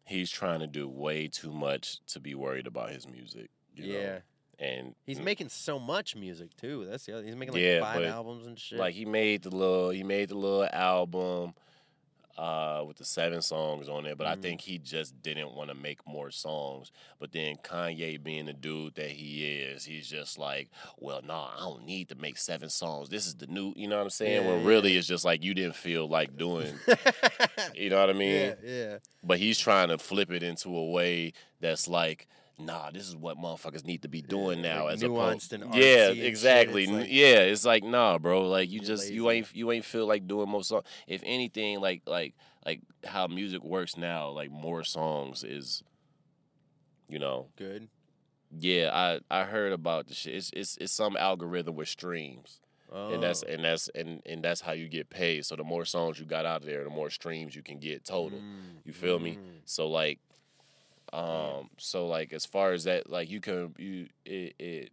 C: he's trying to do way too much to be worried about his music. you know?
D: yeah,
C: and
D: he's
C: n-
D: making so much music too. That's the other. He's making like
C: Yeah,
D: five
C: but,
D: albums and shit.
C: like he made the little he made the little album uh with the seven songs on it but i
D: Mhm.
C: think he just didn't want to make more songs but then kanye being the dude that he is he's just like well nah i don't need to make seven songs this is the new you know what i'm saying
D: Yeah,
C: when
D: yeah.
C: really it's just like you didn't feel like doing you know what i mean
D: yeah, yeah,
C: but he's trying to flip it into a way that's like nah this is what motherfuckers need to be doing now
D: like
C: as opposed
D: nuanced and
C: yeah
D: artsy and shit,
C: exactly
D: it's
C: N-
D: like-
C: yeah it's like nah bro like you
D: You're
C: just you
D: lazy.
C: ain't you ain't feel like doing more songs if anything like like like how music works now like more songs is you know
D: good.
C: yeah i i heard about the shit it's it's, it's some algorithm with streams
D: Oh.
C: and that's and that's and and that's how you get paid so the more songs you got out there the more streams you can get total
D: Mm,
C: you feel me?
D: mm.
C: So like, um, so like as far as that, like you can you it it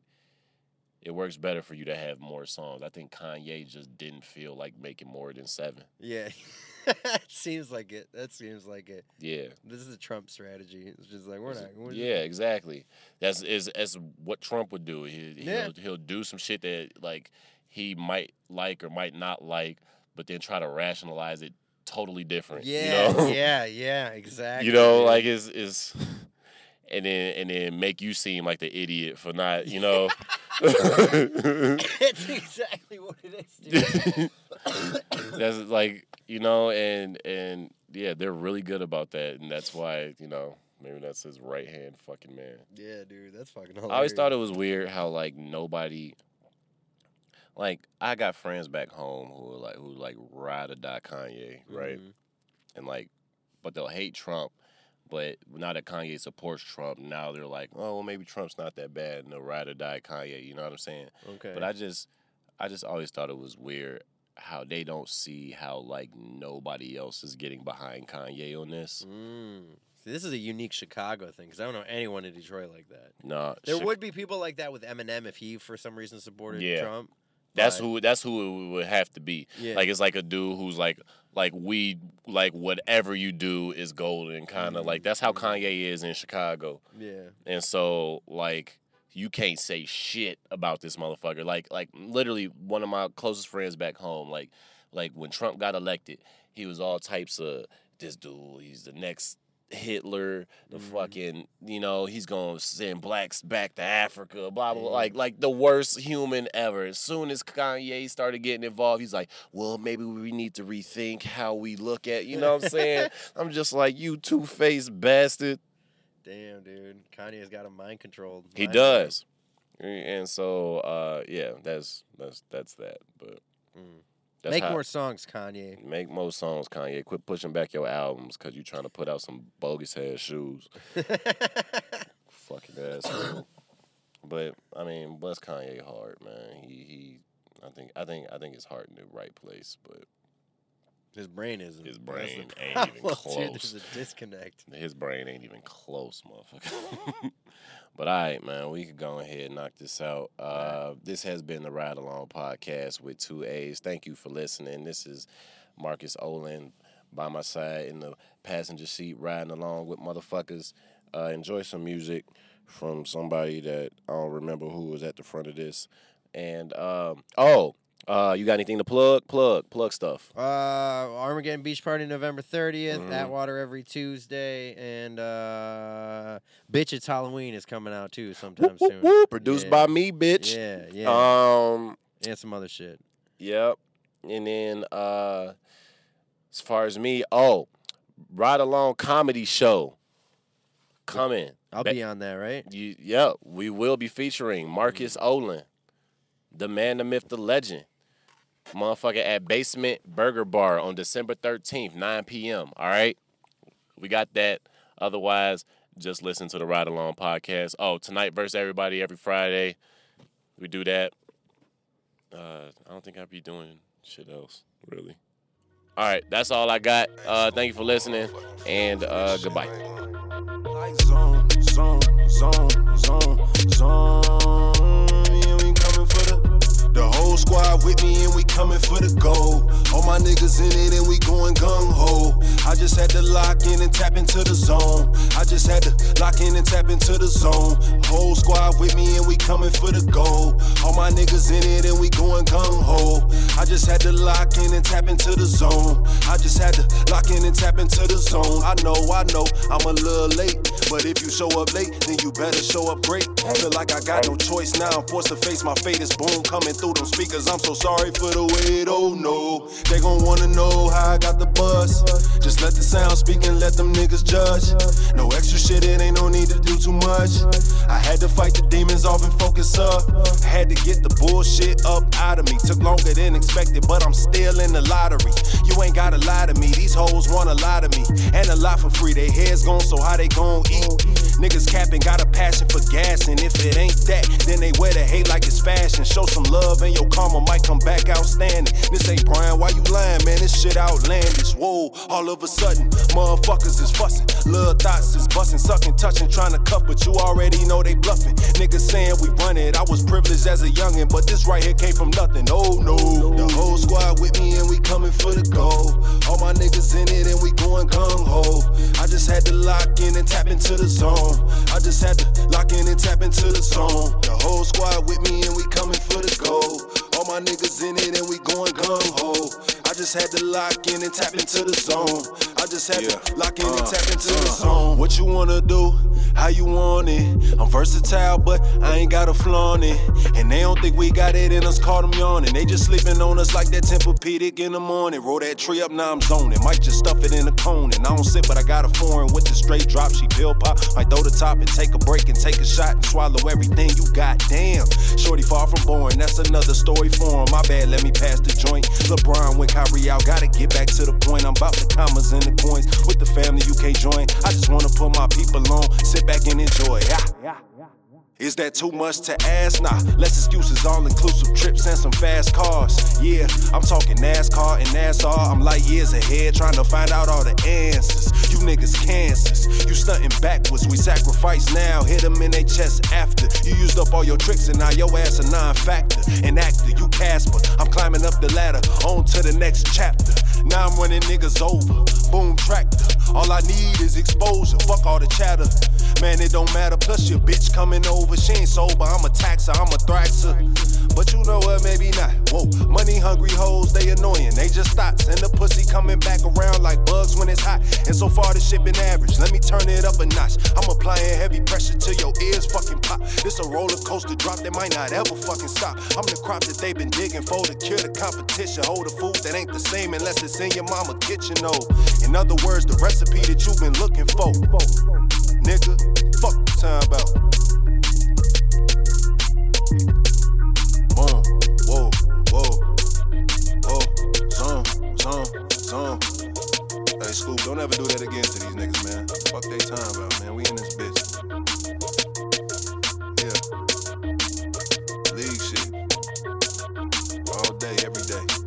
C: it works better for you to have more songs. I think Kanye just didn't feel like making more than seven.
D: Yeah, it seems like it. That seems like it.
C: Yeah.
D: This is a Trump strategy. It's just like we're
C: It's-
D: not. We're
C: yeah, exactly. That's is that's what Trump would do. He, he'll
D: Yeah.
C: he'll do some shit that like he might like or might not like, but then try to rationalize it totally different. you
D: Yeah,
C: know?
D: yeah, yeah, exactly.
C: you know
D: dude.
C: like it's it's and then and then make you seem like the idiot for not you know
D: it's exactly what it is, dude.
C: that's like you know and and yeah they're really good about that and that's why you know maybe that's his right hand fucking man
D: yeah, dude, that's fucking.
C: i always thought it was weird how like nobody like i got friends back home who are like who like ride or die kanye right and like, but they'll hate Trump. But now that Kanye supports Trump, now they're like, oh, well, maybe Trump's not that bad, and they'll ride or die Kanye. You know what I'm saying?
D: Mm-hmm. Okay.
C: But I just, I just always thought it was weird how they don't see how like nobody else is getting behind Kanye on this.
D: Mm. See, this is a unique Chicago thing because I don't know anyone in Detroit like that.
C: Nah,
D: Mm. There
C: Chi-
D: would be people like that with Eminem if he, for some reason, supported
C: Yeah.
D: Trump.
C: That's
D: but-
C: who. That's who it would have to be.
D: Yeah.
C: Like it's like a dude who's like, like we, like whatever you do is golden, kind of
D: Mm-hmm.
C: like. That's how Kanye is in Chicago.
D: Yeah.
C: And so like you can't say shit about this motherfucker. Like like literally one of my closest friends back home, like like when Trump got elected, he was all types of this dude, he's the next Hitler, the
D: Mhm.
C: fucking, you know, he's gonna send blacks back to Africa, blah blah, blah.
D: Damn.
C: like like the worst human ever. As soon as Kanye started getting involved, he's like, well, maybe we need to rethink how we look at, you know what I'm saying? I'm just like, you two faced bastard.
D: Damn, dude. Kanye's got him mind controlled.
C: He
D: mind
C: does. uh, eh, And so, uh, yeah, that's that's that's that. But
D: Mm.
C: that's
D: Make
C: how-
D: more songs, Kanye.
C: make more songs, Kanye. Quit pushing back your albums because you're trying to put out some bogus ass shoes. Fucking asshole. but I mean, bless Kanye hard, man. He he. I think I think I think his heart in the right place, but
D: His brain isn't. That's
C: His
D: the
C: brain ain't even
D: problem, Dude,
C: close.
D: there's a disconnect.
C: his brain ain't even close, motherfucker. but all right, man, we could go ahead and knock this out. Uh, this has been the Ride Along Podcast with two A's. Thank you for listening. This is Marcus Olin by my side in the passenger seat, riding along with motherfuckers. Uh, enjoy some music from somebody that I don't remember who was at the front of this. And um, oh, uh, you got anything to plug? Plug, plug stuff.
D: Uh, Armageddon Beach Party November 30th,
C: Mhm.
D: Atwater every Tuesday, and uh, Bitch It's Halloween is coming out too sometime
C: Whoop, whoop,
D: soon.
C: whoop. Produced
D: Yeah.
C: by me, bitch.
D: Yeah, yeah.
C: Um,
D: and some other shit.
C: Yep. And then uh as far as me, oh, Ride Along Comedy Show. Coming
D: I'll
C: Ba-
D: be on that, right?
C: You, yeah, we will be featuring Marcus Olin, the man, the myth, the legend. Motherfucker at Basement Burger Bar on December 13th, 9 p.m. All right. We got that. Otherwise, just listen to the Ride Along podcast. Oh, tonight versus everybody every Friday. We do that. Uh, I don't think I'll be doing shit else, really. All right, that's all I got. Uh, thank you for listening, and uh, goodbye.
B: Like zone, zone, zone, zone, zone. Yeah, we coming for the the whole squad with me, and we coming for the gold. All my niggas in it, and we going gung ho. I just had to lock in and tap into the zone. I just had to lock in and tap into the zone. Whole squad with me, and we coming for the gold. All my niggas in it, and we going gung ho. I just had to lock in and tap into the zone. I just had to lock in and tap into the zone. I know, I know, I'm a little late. But if you show up late, then you better show up great. Feel like I got no choice now. I'm forced to face my fate. It's boom coming through them speakers. I'm so sorry for the wait. Oh no, they gon' wanna know how I got the bus. Just let the sound speak and let them niggas judge. No extra shit, it ain't no need to do too much. I had to fight the demons off and focus up. Had to get the bullshit up out of me. Took longer than expected, but I'm still in the lottery. You ain't gotta lie to me. These hoes wanna lie to me. And a lot for free. They heads gone, so how they gon' eat? Niggas capping, got a passion for gas. And if it ain't that, then they wear the hate like it's fashion. Show some love, and your karma might come back outstanding. This ain't Brian, why you lying, man? This shit outlandish. Whoa, all of a sudden, motherfuckers is fussing. Little thoughts is busting, sucking, touching, trying to cuff, but you already know they bluffing. Niggas saying we run it. I was privileged as a youngin', but this right here came from nothing. Oh no, the whole squad with me, and we coming for the gold. All my niggas in it, and we going gung ho. I just had to lock in and tap into the zone. I just had to lock in and tap into the zone. The whole squad with me, and we coming for the gold. All my niggas in it and we going gung ho. I just had to lock in and tap into the zone. I just had to lock in and tap into the zone. What you wanna do? How you want it? I'm versatile, but I ain't gotta flaunt it. And they don't think we got it in us, caught them yawning. They just sleeping on us like that Tempur-Pedic in the morning. Roll that tree up, now I'm zoning. Might just stuff it in a cone. And I don't sit, but I got a foreign with the straight drop. She pill pop. Might throw the top and take a break and take a shot and swallow everything you got. Damn. Shorty far from boring. That's another story for him. My bad, let me pass the joint. LeBron with Kyrie out. Gotta get back to the point. I'm about the commas and the coins. With the family, you can't join. I just wanna put my people on. Sit back and enjoy. Ah. Is that too much to ask? Nah, less excuses, all inclusive trips and some fast cars. Yeah, I'm talking NASCAR and Nassau. I'm light years ahead trying to find out all the answers. You niggas Kansas, you stunting backwards. We sacrifice now, hit 'em in their chest after. You used up all your tricks and now your ass a non factor. An actor, you Casper. I'm climbing up the ladder, on to the next chapter. Now I'm running niggas over, boom tractor. All I need is exposure, fuck all the chatter. Man, it don't matter. Plus your bitch coming over. She ain't sober. I'm a taxer. I'm a thraxer. But you know what? Maybe not. Whoa, money hungry hoes, they annoying. They just thoughts. And the pussy coming back around like bugs when it's hot. And so far this shit been average. Let me turn it up a notch. I'm applying heavy pressure till your ears fucking pop. This a roller coaster drop that might not ever fucking stop. I'm the crop that they been digging for to cure the competition. Hold the food that ain't the same unless it's in your mama kitchen. Oh, in other words, the recipe that you've been looking for. Nigga, fuck you time about. Boom, Uh, whoa, whoa, whoa, zone, zone, zone. Hey, Scoop, don't ever do that again to these niggas, man. Fuck they time out, man. We in this bitch. Yeah. League shit. All day, every day.